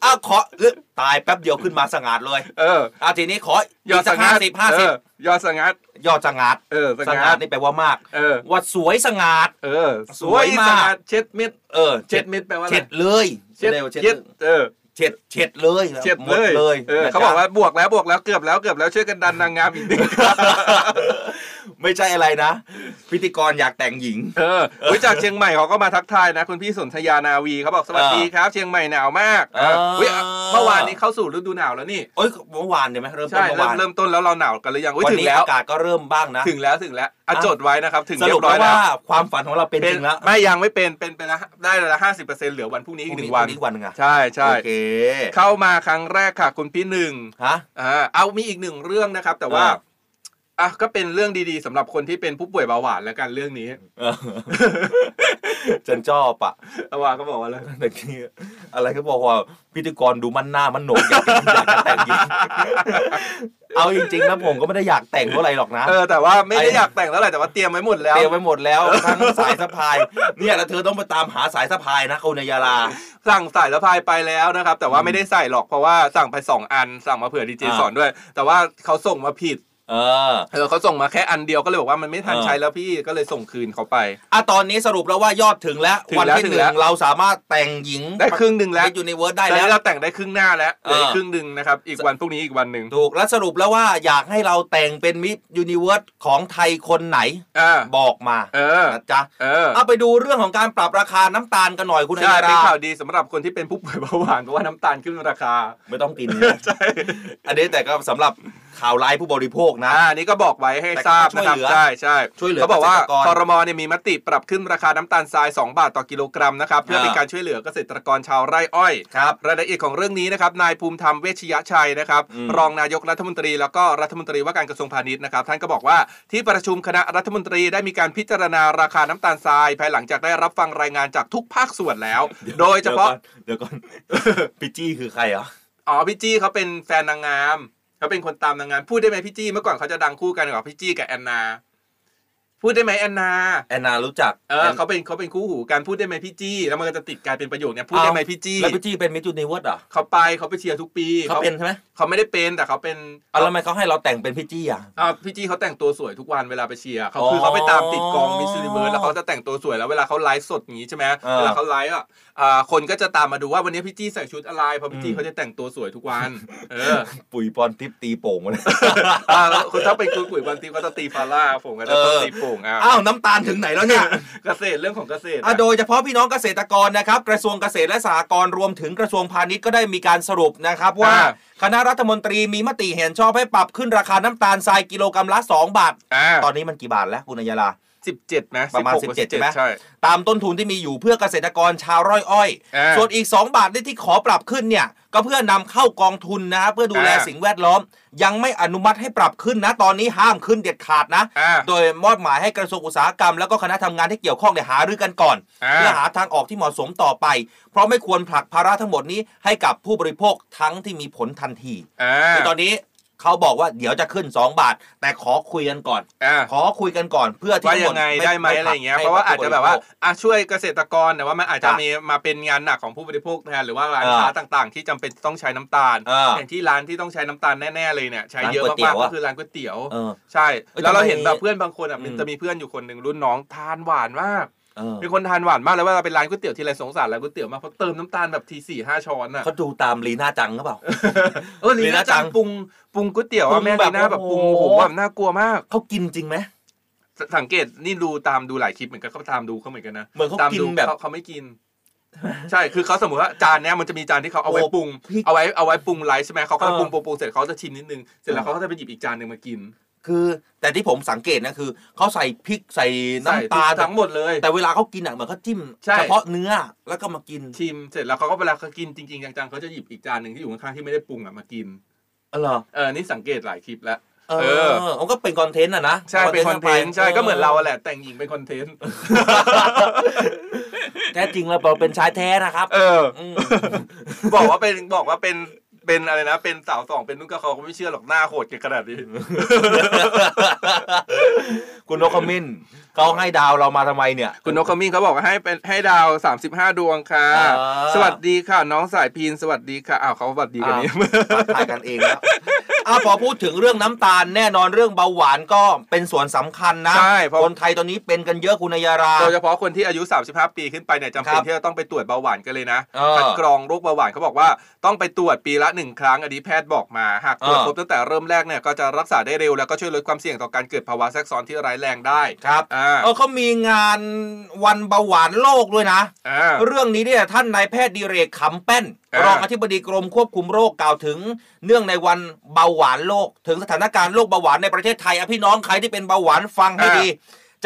S2: อ้าวขอเอ้อตายแป๊บเดียวขึ้นมาสงัดเลย
S3: เออ
S2: อ่ะทีนี้ขออี
S3: ยอด
S2: กสั
S3: สั
S2: ก
S3: งั
S2: ห้า
S3: ด
S2: สิบห้า
S3: เอ
S2: สิบ
S3: อยอดสังัด
S2: ยอดสงัด
S3: เออ
S2: ส
S3: สั
S2: งั
S3: งั
S2: ด
S3: ด
S2: นี่แปลว่ามาก
S3: เออ
S2: ว่าสวยสงัด
S3: เออส
S2: ส
S3: ว
S2: วย ย
S3: ส
S2: มาก
S3: งัดเช็ดมิด
S2: เออ
S3: เช็ดมิดแปลว่าอะไร
S2: เช็ดเลย
S3: เช็ด
S2: เรียกว่า
S3: เช็ดเออ
S2: เช็ดเช็ดเลย
S3: เช็ด
S2: หม
S3: เล
S2: ด
S3: ย
S2: เลย
S3: เออ
S2: นะ
S3: เขา
S2: จ๊ะ
S3: บอกว่าบวกแล้วบวกแล้วเกือบแล้วเกือบแล้วช่วยกันดันนางงามอีกนิด
S2: ไม่ใช่อะไรนะ พิธีกรอยากแต่งหญิง
S3: เอออุ๊ยจากเชียงใหม่เขาก็มาทักทายนะคุณพี่สนธยานาวีเขาบอกสวัสดีครับ เชียงใหม่หนาวมากเอ
S2: เอ
S3: อ
S2: ออุ๊
S3: ยเมื่อวานนี้เข้าสู่ฤดูหนาวแล้วนี่
S2: เอ้ยเมื่อวานเนี่ยไหมเริ่มต้
S3: ใช่
S2: นเมื่อ
S3: เริ่
S2: วาม น
S3: เริ่มต้นแล้วเราหนาวกันหรือยังอุ๊ย
S2: วัน
S3: ถึง
S2: นี้
S3: แล้ว
S2: อากาศก็เริ่มบ้างนะ
S3: ถึงแล้วถึงแล้วอ่ะ
S2: อ่ะ
S3: จดไว้นะครับถึง
S2: ส
S3: เรีย
S2: รุป
S3: บร้อย
S2: แล้ว
S3: แล้ว
S2: ว่าความฝันของเราเป็นจริงแล้ว
S3: ไม่ยังไม่เป็นเป็นไปแล้วได้ละห้าสิบเปอร์เซ็นต์เหลือวันพรุ่งนี้อีกหนึ่งวั
S2: พ
S3: น
S2: รุ่นี้วันหนึงอะ
S3: ใช่ใช่
S2: โอเค
S3: เข้ามาครั้งแรกค่ะคุณพี่หนึ่ง
S2: ฮะ
S3: อ่าเอามีอีกหนึ่งเรื่องนะครับ แต่ว่า
S2: อ่า
S3: อ่ะก็เป็นเรื่องดีๆสำหรับคนที่เป็นผู้ป่วยเบาหวานแล้วกันเรื่องนี้
S2: เออ ฉันชอบอ่ะ
S3: อาวาก็บอกว่าอะไร
S2: แต่กี้อะไรก็บอกว่าพิธีกรดูมันหน้ามันโหนกอยากอยากจะแต่งหญิงเอาจริงๆนะผมก็ไม่ได้อยากแต่งเพราะอะไรหรอกนะ
S3: เออแต่ว่าไม่ได้
S2: ไอ้
S3: อยากแต่งเท่าไหร่แต่ว่าเตรียมไว้หมดแล้ว
S2: เตรียมไว้หมดแล้วทั้งสายสะพาย เนี่ยแล้วเธอต้องไปตามหาสายสะพายนะคนในยาลา
S3: สั่งสายสะพายไปแล้วนะครับ แต่ว่าไม่ได้ใส่หรอกเพราะว่าสั่งไปสองอันสั่งมาเผื่อดีเจ
S2: อ่า
S3: สอนด้วย แต่ว่าเขาส่งมาผิด
S2: เออ
S3: เออเขาส่งมาแค่อันเดียวก็เลยบอกว่ามันไม่ทัน
S2: เออ
S3: ใช้แล้วพี่ก็เลยส่งคืนเขาไป
S2: อ่ะตอนนี้สรุปแล้วว่ายอดถึงแล้ว
S3: ถึง
S2: วัน
S3: แล้ว
S2: ที่
S3: ถึ
S2: ห
S3: งแล้
S2: นึ่
S3: ว
S2: งเราสามารถแต่งหญิง
S3: ได้ครึ่งหนึ่งแล้ว
S2: อยู่ในเวิร์ดได้
S3: ตอน
S2: แล้
S3: นี้
S2: ว
S3: เราแต่งได้ครึ่งหน้าแล้วเหลืออีก
S2: เออ
S3: ครึ่งหนึ่งนะครับอีกวันพรุ่งนี้อีกวันหนึ่ง
S2: ถูกแล้วสรุปแล้วว่าอยากให้เราแต่งเป็นมิสยูนิเวิร์สของไทยคนไหน
S3: อ่า
S2: บอกมา
S3: เออ
S2: นะจ๊ะ
S3: เออ
S2: เอาไปดูเรื่องของการปรับราคาน้ำตาลกันหน่อยคุณ
S3: ใช่
S2: อัย
S3: เป็น
S2: รา
S3: ข่าวดีสำหรับคนที่เป็นผู้ป่วยเบาหวานเพราะว่าน้ำตาลขึ้นราคา
S2: ไม่ต้องกิน
S3: ใช่
S2: อันนี้แต่ก็สำหรับข่าวร้ายผู้บริโภคนะ
S3: อ่าอันนี่ก็บอกไว้ให้ทราบนะครับ
S2: แต่ก็
S3: ใช่ใช่
S2: ช่วยเหลือ
S3: เขาบอกว่า
S2: เกษตรกร
S3: คอรมอเนี่ยมีมติปรับขึ้นราคาน้ำตาลทราย 2 บาทต่อกิโลกรัมนะครับ เพื่อเป็น
S2: อ่า
S3: การช่วยเหลือเกษตรกรชาวไร่อ้อย
S2: ครับ
S3: รายละเอียดของเรื่องนี้นะครับนายภูมิธรรมเวชยชัยนะครับ
S2: อืม
S3: รองนายกรัฐมนตรีแล้วก็รัฐมนตรีว่าการกระทรวงพาณิชย์นะครับท่านก็บอกว่าที่ประชุมคณะรัฐมนตรีได้มีการพิจารณาราคาน้ำตาลทราย ภายหลังจากได้รับฟังรายงานจากทุกภาคส่วนแล้ว โดยเฉพาะ
S2: เดี๋ยวก่อน พิจี้คือใครอ่ะ
S3: อ๋อพี่จี้เขาเป็นแฟนนางงามเขาเป็นคนตามนางงามพูดได้ไหมพี่จี้เมื่อก่อนเขาจะดังคู่กันกับพี่จี้กับแอนนา พูดได้ไหมแอนนา
S2: แอนนารู้จัก
S3: เออเขาเป็นเขาเป็นคู่หูกันพูดได้ไหมพี่จี้แล้วมันก็จะติดกลายเป็นประโยคเนี่ยพูดได้ไหมพี่จี้
S2: แล้วพิจี้เป็นมิสยูนิเวิร์สเหรอ่ะ
S3: เขาไปเขาไปเชียร์ทุกปี
S2: เขาเป็นใช่ไหม
S3: เขาไม่ได้เป็นแต่เขาเป็น
S2: เอาแล้วทำไมเขาให้เราแต่งเป็นพิจี้อ่ะ
S3: อ่าพี่จี้เขาแต่งตัวสวยทุกวันเวลาไปเชียร์เขา
S2: อ๋อ
S3: คือเขาไปตามติดกองมิสซิลิเวิร์สแล้วเขาจะแต่งตัวสวยแล้วเวลาเขาไลฟ์สดอย่างนี้ใช่ไหม
S2: เออ
S3: เวลาเขาไลฟ์อ่ะอ่าคนก็จะตามมาดูว่าวันนี้พี่จี้ใส่ชุดอะไรเพราะพี่จี้
S2: อืม
S3: เขาจะแต่งตัวสวยทุกวัน เออ
S2: ปุ๋ยปอนทิพย์ตีโป่งมาเลย
S3: อ่าแล้วคนถ้าเป็นคุณกุ๋ยบันทีก็จะตีฟาร่าผมก็จะต้องตีโป่งอ่ะ
S2: อ้าวน้ำตาลถึงไหนแล้วเนี่ย
S3: เกษตรเรื่องของเกษตร
S2: อ่ะโดยเฉพาะพี่น้องเกษตรกรนะครับ กระทรวงเกษตรและสหกรณ์รวมถึงกระทรวงพาณิชย์ก็ได้มีการสรุปนะครับว่า คณะรัฐมนตรีมีมติเห็นชอบให้ปรับขึ้นราคาน้ำตาลทรายกิโลกรัมละ 2 บาท
S3: อ่า
S2: ตอนนี้มันกี่บาทแล้วคุณอัยยาลา
S3: สิบเจ็ดนะ
S2: ประมาณ
S3: 16
S2: 17ใช่ไหม
S3: ใช่
S2: ตามต้นทุนที่มีอยู่เพื่อเกษตรกรชาวไร่อ้อย
S3: อ่า
S2: ส่วนอีก 2 บาทที่ขอปรับขึ้นเนี่ย ก็เพื่อนำเข้ากองทุนนะฮะเพื่อดูแล
S3: อ่า
S2: สิ่งแวดล้อม ยังไม่อนุมัติให้ปรับขึ้นนะ ตอนนี้ห้ามขึ้นเด็ดขาดนะ
S3: อ่า
S2: โดยมอบหมายให้กระทรวงอุตสาหกรรม แล้วก็คณะทำงานที่เกี่ยวข้องเนี่ยหารือกันก่อน
S3: อ่า
S2: เพื่อหาทางออกที่เหมาะสมต่อไป เพราะไม่ควรผลักภาระทั้งหมดนี้ให้กับผู้บริโภคทั้งที่มีผลทันที
S3: อ่า
S2: คือตอนนี้เขาบอกว่าเดี๋ยวจะขึ้น 2 บาท แต่ขอคุยกันก่อน
S3: อ่า
S2: ขอคุยกันก่อนเพื่อที่
S3: ว่า
S2: ทั้งห
S3: ยั
S2: มด
S3: งไงได้ไหม
S2: ผลัก
S3: อะไรอย่างเงี้ย
S2: ให้
S3: เพราะว่าอาจจะแบบว่า
S2: ผู้บริโภค
S3: อ่ะช่วยเกษตรกรแต่ว่ามันอาจจะ
S2: จ้ะ
S3: มีมาเป็นงานหนักของผู้บริโภคแทนหรือว่าร้าน
S2: เออ
S3: ค้าต่างๆ ที่จำเป็นต้องใช้น้ำตาล
S2: เออ
S3: อย่างที่ร้านที่ต้องใช้น้ำตาลแน่ๆเลยเนี่ยใช้เยอะ
S2: ร้านก๋วยเตี๋
S3: มาก
S2: ยวอะ
S3: ๆก็คือร้านก๋วยเตี๋ยว
S2: เออ
S3: ใช่
S2: เอ้ย
S3: แล้ว
S2: ทำ
S3: เรา
S2: ไม
S3: เห็นแบบเพื่อนบางคนอ่ะมัน
S2: อืม
S3: จะมีเพื่อนอยู่คนหนึ่งรุ่นน้องทานหวานมาก
S2: เออ
S3: เป็นคนทานหวานมากแล้วเวลาไปร้านก๋วยเตี๋ยวทีไรสงสารร้านก๋วยเตี๋ยวมากเพราะเติมน้ำตาลแบบทีสี่ห้าช้อนอ่ะ
S2: เขาดูตามลีน่าจังหรือเปล่า
S3: เออลี
S2: ลี
S3: น่าจัง
S2: น่าจัง
S3: ปรุงปรุงก๋วยเตี๋ยวอะแม่
S2: ปรุงแบ
S3: ลี
S2: บ
S3: น่าแบบปรุง
S2: โอ้
S3: โอ้
S2: โห
S3: โหแบบน่ากลัวมาก
S2: เขากินจริงไหม
S3: สังเกตนี่ดูตามดูหลายคลิปเหมือนกันเขาตามดูเขาเหมือนกันนะ
S2: เหมือนเขา
S3: ตาม
S2: กิน
S3: ดู
S2: แบบ
S3: เขาเขาไม่กิน ใช่คือเขาสมมติว่าจานเนี้ยมันจะมีจานที่เขาเอาไว้
S2: โอ้
S3: ปรุง
S2: พริก
S3: เอาไว้เอาไว้ปรุงไลฟ์ใช่ไหมเขาก็
S2: เออ
S3: ปรุงปรุงปรุงเสร็จเขาจะชิมนิดนึงเสร็จแล้ว
S2: เออ
S3: เขาก็จะไปหยิบอีกจานหนึ่งมากิน
S2: คือ แต่ที่ผมสังเกตนะคือเขาใส่พริกใส่
S3: ใส่
S2: น้ำตาล
S3: ทั้งหมดเลย
S2: แต่เวลาเขากินอ่ะเหมือนเขาจิ้ม
S3: ใช่
S2: เฉพาะเนื้อแล้วก็มากิน
S3: ชิมเสร็จแล้วเขาก็เวลาเขากินจริงๆจังๆเขาจะหยิบอีกจานหนึ่งที่อยู่ข้างๆที่ไม่ได้ปรุงอ่ะมากิน
S2: เออเหรอ
S3: เออนี่สังเกตหลายคลิปแล้ว
S2: เอ
S3: เอ
S2: อ
S3: อ
S2: มันก็เป็นคอนเทนต์อ่ะนะ
S3: ใช่เป็นคอนเทนต์ใช่ก็เหมือนเราแหละแต่งหญิงเป็นคอนเทนต์
S2: แท้จริงแล้วเราเป็นชายแท้นะครับ
S3: เออ
S2: ม
S3: บอกว่าเป็นบอกว่าเป็นเป็นอะไรนะ เป็นสาวสองเป็นนุ่นก็เขาก็ไม่เชื่อหรอกหน้าโหดเก่งขนาดนี้
S2: คุณนกขมิ้นเขาให้ดาวเรามาทำไมเนี่ย
S3: คุณนกขมิ้นเขาบอกว่าให้เป็นให้ดาว 35 ดวงค่ะ
S2: อ่า
S3: สวัสดีค่ะ น้องสายพีนสวัสดีค่ะอ้าวเขาสวัสดีกันนี่
S2: อ่ะทักทายกันเองแล้วอ่ะพอพูดถึงเรื่องน้ำตาลแน่นอนเรื่องเบาหวานก็เป็นส่วนสำคัญนะ
S3: ใช่เพราะ
S2: คนไทยตอนนี้เป็นกันเยอะคุณนายารา
S3: โดยเฉพาะคนที่อายุ 35 ปีขึ้นไปเนี่ยจำ
S2: ค
S3: เป็
S2: รั
S3: น
S2: บ
S3: ที่จะต้องไปตรวจเบาหวานกันเลยนะ
S2: เออ
S3: คัดกรองโรคเบาหวานเขาบอกว่าต้องไปตรวจปีละหนึ่งครั้งอันนี้แพทย์บอกมาหากตรวจ
S2: เออ
S3: พบตั้งแต่เริ่มแรกเนี่ยก็จะรักษาได้เร็วแล้วก็ช่วยลดความเสี่ยงต่อการเกิดภาวะแทรกซ้อนที่ร้ายแรงได้
S2: ครับ
S3: อ่า
S2: เออเขามีงานวันเบาหวานโลกด้วยนะ
S3: อ่า
S2: เรื่องนี้เนี่ยท่านนายแพทย์ดิเรกขำแป้น
S3: อ่าร ร
S2: องอธิบดีกรมควบคุมโรคกล่าวถึง เนื่องในวันเบาหวานโลก ถึงสถานการณ์โรคเบาหวานในประเทศไทยอ่ะพี่น้องใครที่เป็นเบาหวานฟังให้
S3: อ่า
S2: ดี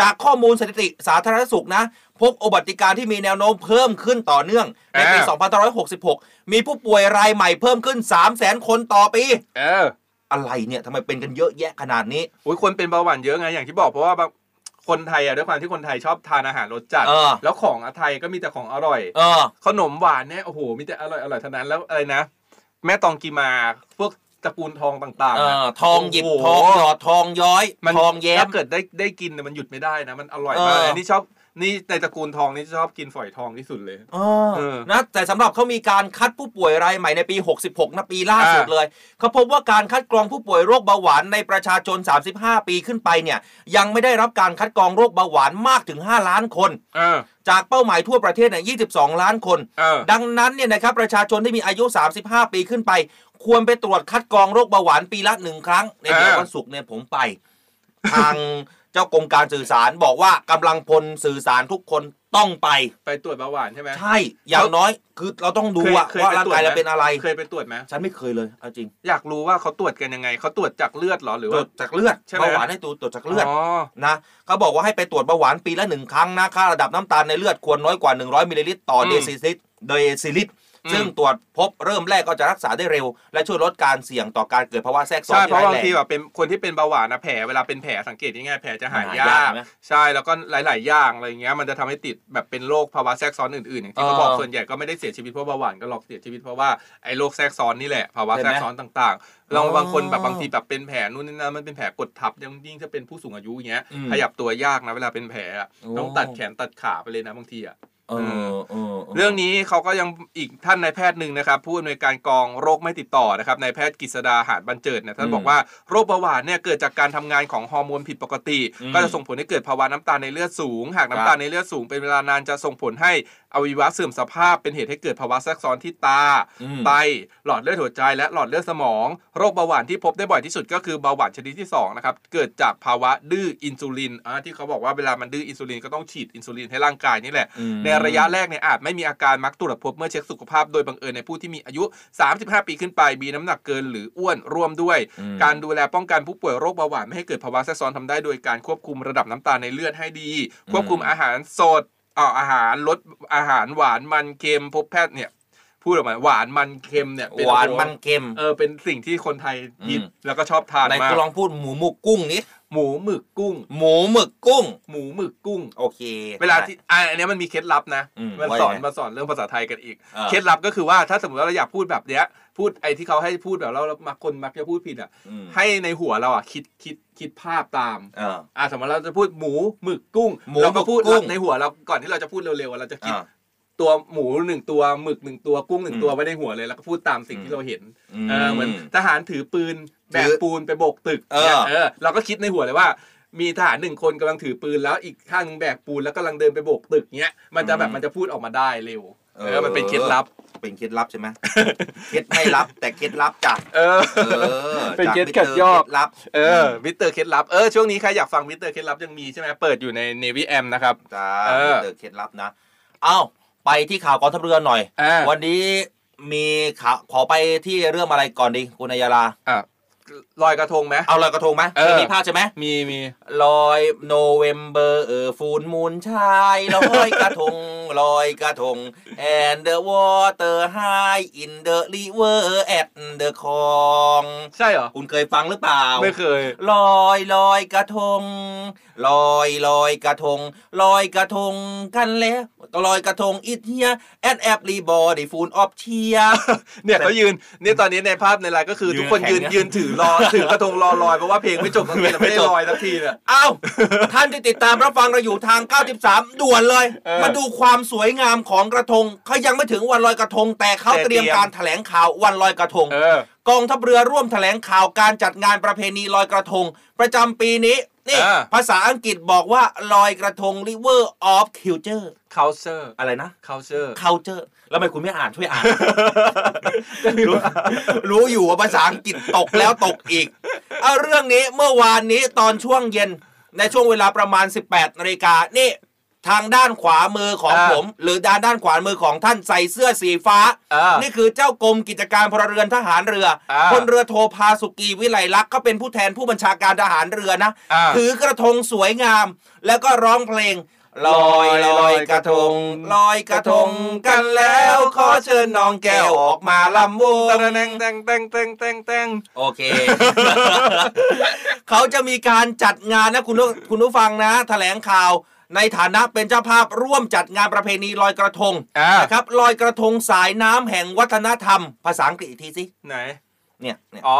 S2: จากข้อมูลสถิติสาธารณสุขนะ พบอุบัติการณ์ที่มีแนวโน้มเพิ่มขึ้นต่อเนื่อง ในปี 2566 มีผู้ป่วยรายใหม่เพิ่มขึ้น 3 0 0 0 0 0 คนต่อปี
S3: เออ
S2: อะไรเนี่ยทำไมเป็นกันเยอะแยะขนาดนี้
S3: อุ้ยคนเป็นเบาหวานเยอะไงอย่างที่บอกเพราะว่าบาง คนไทยอ่ะด้วยความที่คนไทยชอบทานอาหารรสจัด
S2: เออ
S3: แล้วของอะไทยก็มีแต่ของอร่อย
S2: เออ
S3: ขนมหวานเนี่ยโอ้โหมีแต่อร่อยอร่อยๆทั้งนั้นแล้วอะไรนะ แม่ตองกีมาพวกตระกูลทองต่าง
S2: เอ
S3: ๆะ
S2: อ ทองหยิบ
S3: โโ
S2: ทองหยอดทองย้อย
S3: มัน
S2: ทองแย้ม
S3: ถ้าเกิดได้ได้กินเนี่ยมันหยุดไม่ได้นะมันอร่อยมาก
S2: เออ
S3: อันนี่ชอบนี่ในตระกูลทองนี่ชอบกินฝอยทองที่สุดเลย
S2: เออ
S3: เออ
S2: นะแต่สำหรับเขามีการคัดผู้ป่วยรายใหม่ในปี 66 นะปีล่าสุด
S3: อ่า
S2: เลย เขาพบว่าการคัดกรองผู้ป่วยโรคเบาหวานในประชาชน 35 ปีขึ้นไปเนี่ย ยังไม่ได้รับการคัดกรองโรคเบาหวานมากถึง 5 ล้านคน
S3: เออ
S2: จากเป้าหมายทั่วประเทศเนี่ย22 ล้านคน
S3: เออ
S2: ดังนั้นเนี่ยนะครับประชาชนที่มีอายุ 35 ปีขึ้นไป ควรไปตรวจคัดกรองโรคเบาหวานปีละหนึ่งครั้ง ในเดี๋ยว
S3: อ่า
S2: วันศุกร์เนี่ยผมไป ทางเจ้ากรมการสื่อสารบอกว่ากำลังพลสื่อสารทุกคนต้องไป
S3: ไปตรวจเบาหวานใช่ไหม
S2: ใช่ อย่างน้อยคือเราต้องดูอะ
S3: เคยเคย
S2: ว่าร่างกาย
S3: ไปตรวจไหม
S2: เราเป็นอะไร
S3: เคยไปตรวจไหม
S2: ฉันไม่เคยเลยเอาจริง
S3: อยากรู้ว่าเขาตรวจกันยังไงเขาตรวจจากเลือดเหรอหรือ
S2: ตรว
S3: ว่า
S2: จจากเลือด
S3: ใช่ไหม
S2: เบาหวานให้ตัวตรวจจากเลือด
S3: อ๋อ
S2: นะเขาบอกว่าให้ไปตรวจเบาหวานปีละหนึ่งครั้งนะค่าระดับน้ำตาลในเลือดควรน้อยกว่า 100มิลลิลิตรต่อเดซิลิตรเดซิลิตรซึ่งตรวจพบเริ่มแรกก็จะรักษาได้เร็ว และช่วยลดการเสี่ยงต่อการเกิดภาวะแทรกซ้อนที่
S3: ใช่เพราะ
S2: ร้า
S3: บาย ง
S2: แรง
S3: ทีแบบเป็นคนที่เป็นเบาหวานนะแผลเวลาเป็นแผลสังเกตง่ายๆแผลจะหาย
S2: หาย
S3: ยาย
S2: าก
S3: ก
S2: ไหม
S3: ใช่แล้วก็หลาย ๆ อย่างอะไรอย่างเงี้ยมันจะทำให้ติดแบบเป็นโรคภาวะแทรกซ้อนอื่นๆอย่างที่เขา
S2: เออ
S3: บอกส่วนใหญ่ก็ไม่ได้เสียชีวิตเพราะเบาหวานก็หรอกเสียชีวิตเพราะว่าไอ้โรคแทรกซ้อนนี่แหละภาวะแทรกซ้อนต่างๆเรา
S2: อ๋อบ
S3: างคนแบบบางทีแบบเป็นแผลนู่นนี่นั่นมันเป็นแผลกดทับยังยิ่งถ้าเป็นผู้สูงอายุอย่างเงี้ย
S2: อืม
S3: ขยับตัวยากนะเวลาเป็นแผลอะ
S2: โอ้
S3: ต้องตัดแขนตัดขาไปเลยนะบางทีอะ
S2: เออเออเออ
S3: เรื่องนี้เขาก็ยังอีกท่านนายแพทย์หนึ่งนะครับผู้อำนวยการกองโรคไม่ติดต่อนะครับนายแพทย์กฤษดาหาดบันเจิดเนี่ยท่าน
S2: อืม
S3: บอกว่าโรคเบาหวานเนี่ยเกิดจากการทำงานของฮอร์โมนผิดปกติ
S2: อืม
S3: ก็จะส่งผลให้เกิดภาวะน้ำตาลในเลือดสูง หากน้ำตาลในเลือดสูงเป็นเวลานานจะส่งผลให้อวัยวะเสื่อมสภาพ เป็นเหตุให้เกิดภาวะแทรกซ้อนที่ตา
S2: อืม
S3: ไตหลอดเลือดหัวใจและหลอดเลือดสมอง โรคเบาหวานที่พบได้บ่อยที่สุดก็คือเบาหวานชนิดที่สองนะครับเกิดจากภาวะดื้ออินซูลินอ่าที่เขาบอกว่าเวลามันดื้ออินซูลินก็ต้องฉีดอินซูลินให้ร่างกายนี่แหละ
S2: อืม
S3: ในระยะแรกเนี่ยอาจไม่มีอาการมักตรวจพบเมื่อเช็คสุขภาพโดยบังเอิญในผู้ที่มีอายุ 35 ปีขึ้นไป มีน้ำหนักเกินหรืออ้วนร่วมด้วย
S2: อืม
S3: การดูแลป้องกันผู้ป่วยโรคเบาหวานไม่ให้เกิดภาวะแทรกซ้อนทำได้โดยการควบคุมระดับน้ำตาลในเลือดให้ดี ควบคุมอาหารสดเอ่ออาหารลดอาหารหวานมันเค็มพบแพทย์เนี่ยพูดออกมาหวานมันเค็มเนี่ยเป็
S2: หวานมันเค็ม
S3: เออเป็นสิ่งที่คนไทยหยิบ
S2: อืม
S3: แล้วก็ชอบทาน
S2: ไหน
S3: มา
S2: กูลอก งพูดหมูหมูกุ้งนี้
S3: หมูหมึกกุ้ง
S2: หมูหมึกกุ้ง
S3: หมูหมึกกุ้ง
S2: โอเค
S3: เวลาที่อ่ะอันเนี้ยมันมีเคล็ดลับนะ
S2: อืม
S3: มัน
S2: ว่า
S3: สอน
S2: ยังไง
S3: มาสอนเรื่องภาษาไทยกันอีก
S2: อ่า
S3: เคล็ดลับก็คือว่าถ้าสมมติว่าเราอยากพูดแบบเนี้ย พูดไอ้ที่เขาให้พูดแบบเราแล้วมักคนมักจะพูดผิดอ่ะ
S2: อืม
S3: ให้ในหัวเราอ่ะคิดคิดคิดภาพตาม
S2: เออ
S3: อ่ะสมมติเราจะพูดหมูหมึกกุ้ง
S2: หมู
S3: เราก็พูด
S2: หมึกกุ้ง
S3: ในหัวเราก่อนที่เราจะพูดเร็วๆอ่ะเราจะคิด
S2: อ่า
S3: ตัวหมูหนึ่งตัวหมึกหนึ่งตัวกุ้งหนึ่ง
S2: อืม
S3: ตัวไว้ในหัวเลยแล้วก็พูดตามสิ่ง
S2: อืม
S3: ที่เราเห็น
S2: อืม
S3: เออเหมือนทหารถือปืนแบก
S2: ถือ
S3: ปูนไปโบกตึก
S2: เออ
S3: นี่ยเออเราก็คิดในหัวเลยว่า มีทหารหนึ่งคนกำลังถือปืนแล้วอีกข้างหนึงแบกปูนแล้วกำลังเดินไปโบกตึกเนี้ยมันจะแบบมันจะพูดออกมาได้เร็วเออมันเป็นเคล็ดลับ
S2: เป็นเคล็ดลับใช่ไหม เคล็ดไม่ลับ แต่เคล็ดลับจ้ะ
S3: เออ
S2: เออ
S3: เป็น
S2: จาก
S3: เคล็ด
S2: มิ
S3: ขัด
S2: ตร์
S3: ยอก
S2: เคล็ดลับ
S3: เออมิสเตอร์เคล็ดลับเออช่วงนี้ใครอยากฟังมิสเตอร์เคล็ดลับยังมีใช่ไหมเปิดอยู่ในเนวีแอมนะครับ
S2: จ้า
S3: เออ
S2: เจอเคล็ดลับนะ เอ้า ไปที่ข่าวกองทัพเรือหน่อย
S3: อ่า
S2: วันนี้มีข่าวขอไปที่เรื่องอะไรก่อนดีคุณนายารา
S3: อ่ะลอยกระทงไหม
S2: เอาลอยกระทงไหม
S3: เออ
S2: มีภาพใช่ไหม
S3: มีมี
S2: ลอยโนเวมเบอร์เออฟูนมูนชายลอยกระทง ลอยกระทง and the water high in the river at the คลอง
S3: ใช่เหรอ
S2: คุณเคยฟังหรือเปล่า
S3: ไม่เคย
S2: ลอยลอยกระทง ลอยลอยกระทง ลอยกระทงกันแล้วลอยกระทงอีเทียแอดแอบรีบอดีฟูนออฟเทีย
S3: เนี่ยเขายืนเนี่ยตอนนี้ในภาพในไลน์ก็คือทุกคน
S2: ยื
S3: ยื
S2: น
S3: น
S2: แข็งนะ
S3: ยืนถือรอถือกระทงรอลอยเพราะว่าเพลงไม่จบสักทีเราไม่ได้ลอยสักทีเนี่ย
S2: เอ้า ท่านที่ติดตามรับฟังเราอยู่ทาง 93 ด่วนเลย
S3: เออ
S2: มาดูความสวยงามของกระทงเขายังไม่ถึงวันลอยกระทง แต่เขา
S3: แต่
S2: เต
S3: เตรี
S2: รีย
S3: ย
S2: ม
S3: ม
S2: การแถลงข่าววันลอยกระทง
S3: เออ
S2: กองทัพเรือร่วมแถลงข่าวการจัดงานประเพณีลอยกระทง ประจำปีนี้นี่
S3: เออ
S2: ภาษาอังกฤษบอกว่าลอยกระทง River of Culture
S3: culture
S2: อะไรนะ
S3: culture
S2: culture แล้วทำไมคุณไม่อ่านช่วยอ่าน รู้ รู้อยู่ว่าภาษาอังกฤษตกแล้วตกอีกเอาเรื่องนี้เมื่อวานนี้ตอนช่วงเย็นในช่วงเวลาประมาณ 18นาฬิกานี่ ทางด้านขวามือของ
S3: อ่า
S2: ผม หรือด้านด้านขวามือของท่านใส่เสื้อสีฟ้า
S3: อ่านี่
S2: นี่คือเจ้ากรมกิจการพลเรือนทหารเรืออา พลเรือโทพาสุกีวิไลลักษณ์ก็เป็นผู้แทนผู้บัญชาการทหารเรือนะ
S3: อ่า
S2: ถือกระทงสวยงาม แล้วก็ร้องเพลง ลอยลอยกระทง ลอยกระทงกันแล้ว ขอเชิญน้องแก้วออกมาลำวง
S3: แตงแตงแตงแตงแตงแตงแตง
S2: โอเค เขาจะมีการจัดงานนะคุณผู้คุณผู้ฟังนะแถลงข่าวในฐานะเป็นเจ้าภาพร่วมจัดงานประเพณีลอยกระทง
S3: อ่าน
S2: นะครับลอยกระทงสายน้ำแห่งวัฒนธรรม ภาษาอังกฤษอีกทีสิ
S3: ไหน
S2: เนี่ยเนี่ย
S3: อ๋อ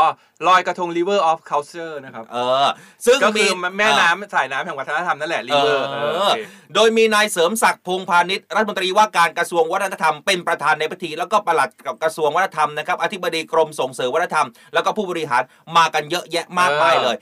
S3: ลอยกระทง river of culture นะครับ
S2: เออ ซึ่ง
S3: ก็คือ
S2: มี
S3: แม่
S2: อ่า
S3: น้ำสายน้ำแห่งวัฒนธรรมนั่นแหละ
S2: เอ
S3: river เอ
S2: อ
S3: อโอเค
S2: โดยมีนายเสริมศักดิ์พงษ์พาณิชย์รัฐมนตรีว่าการกระทรวงวัฒนธรรมเป็นประธานในพิธี แล้วก็ปลัดกับกระทรวงวัฒนธรรมนะครับอธิบดีกรมส่งเสริมวัฒนธรรม แล้วก็ผู้บริหารมากันเยอะแยะมากมายเลย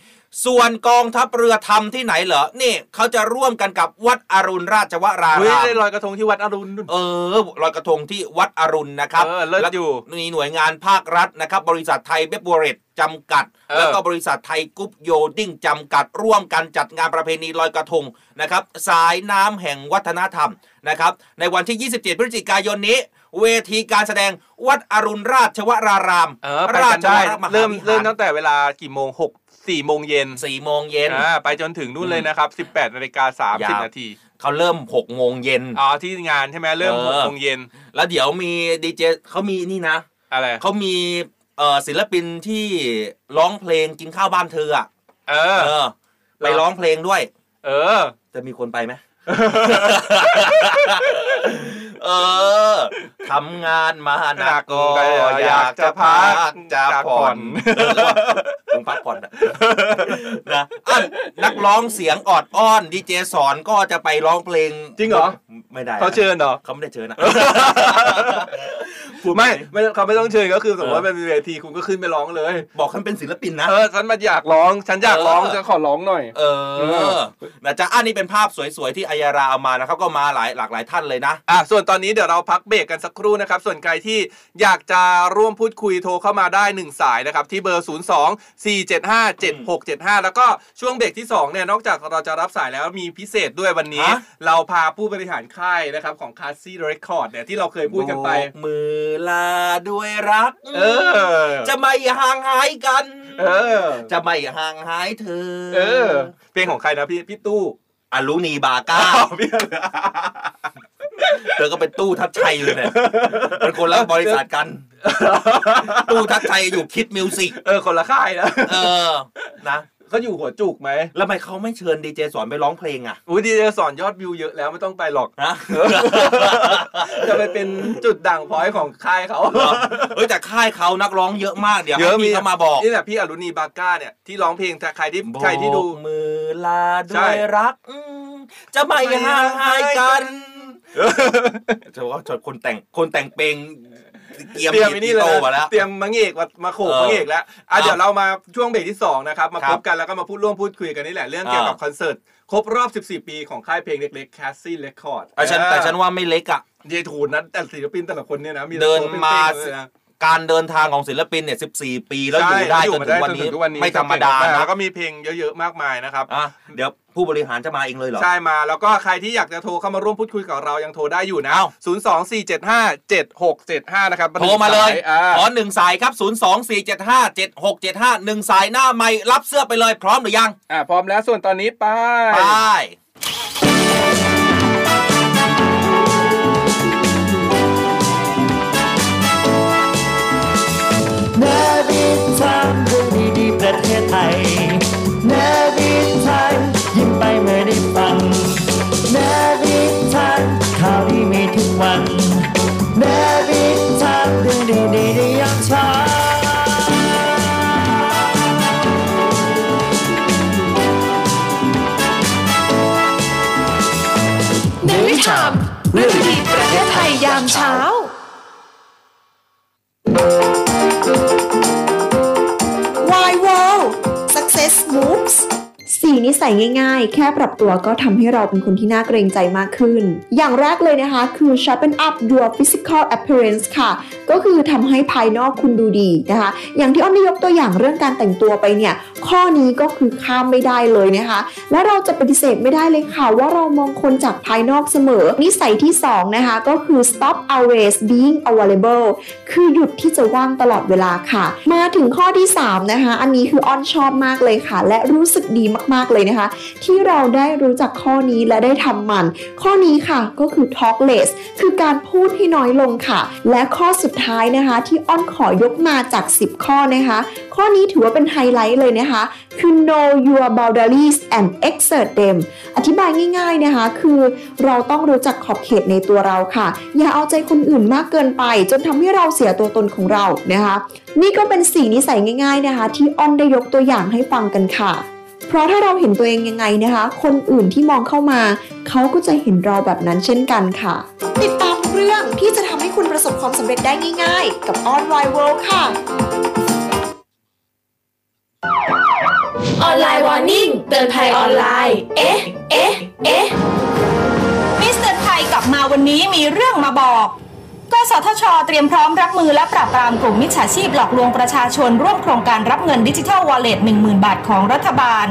S2: ส่วนกองทัพเรือทำที่ไหนเหรอนี่เขาจะร่วมกันกับวัดอรุณราชวรา
S3: เฮ้ย
S2: ราม
S3: ได้ลอยกระทงที่วัดอรุณนู่น
S2: เออลอยกระทงที่วัดอรุณนะครับ
S3: เออเลิศ
S2: แล้ว
S3: อยู่
S2: มีหน่วยงานภาครัฐนะครับบริษัทไทยเบเบอร์เรจจำกัด
S3: เออ
S2: แล้วก็บริษัทไทยกรุ๊ปโยดิ้งจำกัดร่วมกันจัดงานประเพณีลอยกระทงนะครับสายน้ำแห่งวัฒนธรรมนะครับในวันที่ 27 พฤศจิกายนนี้ เวทีการแสดงวัดอรุณราชวราราม
S3: เออไป
S2: รา
S3: กัน
S2: ชว
S3: ได้
S2: รมหา
S3: เริ่ม
S2: วิหา
S3: เริ่ม
S2: ร
S3: ตั้งแต่เวลากี่โมงหกสี่โมงเย็น
S2: สี่โมงเย็น
S3: อ่าไปจนถึงนู่นเลยนะครับ 18นาฬิกาสามสิบ
S2: ยาว
S3: นาที
S2: เขาเริ่ม 6 โมงเย็น
S3: อ๋อที่งานใช่ไหมเริ่ม
S2: เออ
S3: หกโมงเย็น
S2: แล้วเดี๋ยวมีดีเจเขามีนี่นะ
S3: อะไร
S2: เขามีเอ่อศิลปินที่ร้องเพลงกินข้าวบ้านเธออ่ะ
S3: เอ
S2: เอ
S3: อ
S2: อ ไปร้องเพลงด้วย
S3: เออ
S2: จะมีคนไป ไหม เออ ทำงานมาหนักก็อยากจะพักจะผ่อนเออแล้วมึงพักผ่อนนะนะอ่ะนักร้องเสียงออดอ้อนดีเจสอนก็จะไปร้องเพลง
S3: จริงเหรอ
S2: ไม่ได้นะ
S3: เขาเชิญเหรอ
S2: เขาไม่ได้เชิ ญนะ
S3: ไม่ไม่เขาไม่ต้องเชิญก็คือสมมติว่า
S2: เออ
S3: เป็นเวทีคุณก็ขึ้นไปร้องเลย
S2: บอกฉันเป็นศิลปินนะ
S3: เออฉันมาอยากร้อง ฉันอยากร้อง
S2: เออ
S3: จะขอร้องหน่อย
S2: เออนะจ๊ะอันนี้เป็นภาพสวยๆที่อายาราเอามานะครับก็มาหลายหลากหลายท่านเลยนะ
S3: อ่ะส่วนตอนนี้เดี๋ยวเราพักเบรกกันสักครู่นะครับ ส่วนใครที่อยากจะร่วมพูดคุยโทรเข้ามาได้ 1 สายนะครับ ที่เบอร์ 0 2 4 7 5 7 6 7 5 แล้วก็ช่วงเบรกที่ 2 เนี่ย นอกจากเราจะรับสายแล้วมีพิเศษด้วยวันนี้
S2: ฮะ
S3: เราพาผู้บริหารค่ายนะครับ ของ c a s ซี่ Record เนี่ย ที่เราเคยพูดกันไป
S2: โบมือลาด้วยรัก
S3: เออ
S2: จะไม่ห่างหายกัน
S3: เออ
S2: จะไม่ห่างหายเธอ
S3: เออ เพลงของใครนะพี่พี่ตู้
S2: อลูนีบาก้า
S3: อ้าวพี่
S2: เธอก็เป็นตู้ทัชชัยเลยเนี่ยเป็นคนละบริษัทกัน ตู้ทัชชัยอยู่คิดมิวสิก
S3: เออคนละค่ายนะ
S2: เออ นะ
S3: เขาอยู่หัวจุกไหม
S2: แล้วทำไมเขาไม่เชิญดีเจสอนไปร้องเพลงอ่ะ
S3: อุ้ยดีเจสอนยอดวิวเยอะแล้วไม่ต้องไปหรอก
S2: นะ
S3: จะไปเป็นจุดด่างพร้อยของค่ายเขา
S2: เหรอเอ้ยแต่ค่ายเขานักร้องเยอะมากเดี๋ยว
S3: เยอะ
S2: ให้
S3: มี
S2: พี่เขามาบอก
S3: นี่แหละพี่อรุณีบาก้าเนี่ยที่ร้องเพลงแต่ใครที่
S2: โบก
S3: ใครที่ดู
S2: มือลาด้
S3: ใช่
S2: วยรัก จะไม่ห่างหายกันจะว่าจดคนแต่งคนแต่งเพลงเตรียม
S3: เตรียม
S2: กี
S3: ไอ้
S2: ต
S3: นี่เลย
S2: โตมา
S3: นะ
S2: แล้ว
S3: เตรียมมังเอกมามาโขก
S2: เออ
S3: มังเอกแล้วอ่ะ
S2: ครับ
S3: เดี๋ยวเรามาช่วงเบรกที่สองนะครับมา
S2: ครั
S3: พ
S2: บบ
S3: กันแล้วก็มาพูดร่วมพูดคุยกันนี่แหละเรื่อง
S2: อ่า
S3: เกี่ยวกับคอนเสิร์ตครบรอบ 14 ปีของค่ายเพลงเล็กๆ Cassie Record
S2: แต่ฉันแต่ฉันว่าไม่เล็กอ่ะ
S3: เยทูนนั้นแต่ศิลปินแต่ละคนเนี่ยนะมีแต่
S2: เดิน
S3: ตัวป็ๆ
S2: มา
S3: เลยนะ
S2: การเดินทางของศิลปินเนี่ย 14 ปีแล้วอยู่ได้
S3: ใช่
S2: จนถึงวัน
S3: อยู่มา
S2: นี้
S3: ได้ทุก
S2: ไม่ธรรมดานะ
S3: แล้วก็มีเพลงเยอะๆมากมายนะครับ
S2: อ่ะเดี๋ยวผู้บริหารจะมาเองเลยเหรอ
S3: ใช่มาแล้วก็ใครที่อยากจะโทรเข้ามาร่วมพูดคุยกับเรายังโทรได้อยู่นะ
S2: เอ้า
S3: 0 2 4 7 5 7 6 7 5 นะครับ
S2: โทรมาเลย
S3: สอ่า
S2: ขอหนึ่งสายครับ 0 2 4 7 5 7 6 7 5 1 สายหน้าไม่รับเสื้อไปเลยพร้อมหรือยัง
S3: อ่าพร้อมแล้วส่วนตอนนี้ไป
S2: ไป
S5: นาวิดทามเรื่องดีๆประเทศไทยนาวิดทามยิ้มไปเมื่อได้ฟังนาวิดทามข่าวดีมีทุกวันนาวิดทามเรื่องดีๆในยามเช้า
S1: เนวิชามเรื่องดีๆประเทศไทยยามเช้า
S6: วายวอล success moves สี่นิสัยง่ายๆ แค่ปรับตัวก็ทำให้เราเป็นคนที่น่าเกรงใจมากขึ้น อย่างแรกเลยนะคะ คือ sharpen up your physical appearance ค่ะ ก็คือทำให้ภายนอกคุณดูดีนะคะ อย่างที่อ้อมได้ยกตัวอย่างเรื่องการแต่งตัวไปเนี่ย ข้อนี้ก็คือข้ามไม่ได้เลยนะคะ และเราจะปฏิเสธไม่ได้เลยค่ะ ว่าเรามองคนจากภายนอกเสมอ นิสัยที่สองนะคะก็คือ stop always being available คือหยุดที่จะว่างตลอดเวลาค่ะ มาถึงข้อที่ 3 นะคะ อันนี้คืออ้อนชอบมากเลยค่ะ และรู้สึกดีมากๆ
S7: ากๆเลยนะคะ ที่เราได้รู้จักข้อนี้และได้ทำมัน ข้อนี้ค่ะก็คือ talk less คือการพูดให้น้อยลงค่ะ และข้อสุดท้ายนะคะ ที่อ้อนขอยกมาจาก 10 ข้อนะคะ ข้อนี้ถือว่าเป็นไฮไลท์เลยนะคะ คือ know your boundaries and exert them อธิบายง่ายๆนะคะ คือเราต้องรู้จักขอบเขตในตัวเราค่ะ อย่าเอาใจคนอื่นมากเกินไป จนทำให้เราเสียตัวตนของเรานะคะ นี่ก็เป็นสี่นิสัยง่าย ๆนะคะ ที่อ้อนได้ยกตัวอย่างให้ฟังกันค่ะ เพราะถ้าเราเห็นตัวเองยังไงนะคะ คนอื่นที่มองเข้ามา เขาก็จะเห็นเราแบบนั้นเช่นกันค่ะ ติดตามเรื่องที่จะทำให้คุณประสบความสำเร็จได้ง่ายๆ กับออนไลน์เวิลด์ค่ะ
S8: ออนไลน์วอร์นิ่งเตือนภัยออนไลน์ เอ๊ะ เอ๊ะ เอ๊ะ
S9: มิสเตอร์ไทยกลับมาวันนี้มีเรื่องมาบอก กสทช เตรียมพร้อมรับมือและปราบปรามกลุ่มมิจฉาชีพหลอกลวงประชาชนร่วมโครงการรับเงินดิจิทัลวอลเล็ต10,000 บาทของรัฐบาล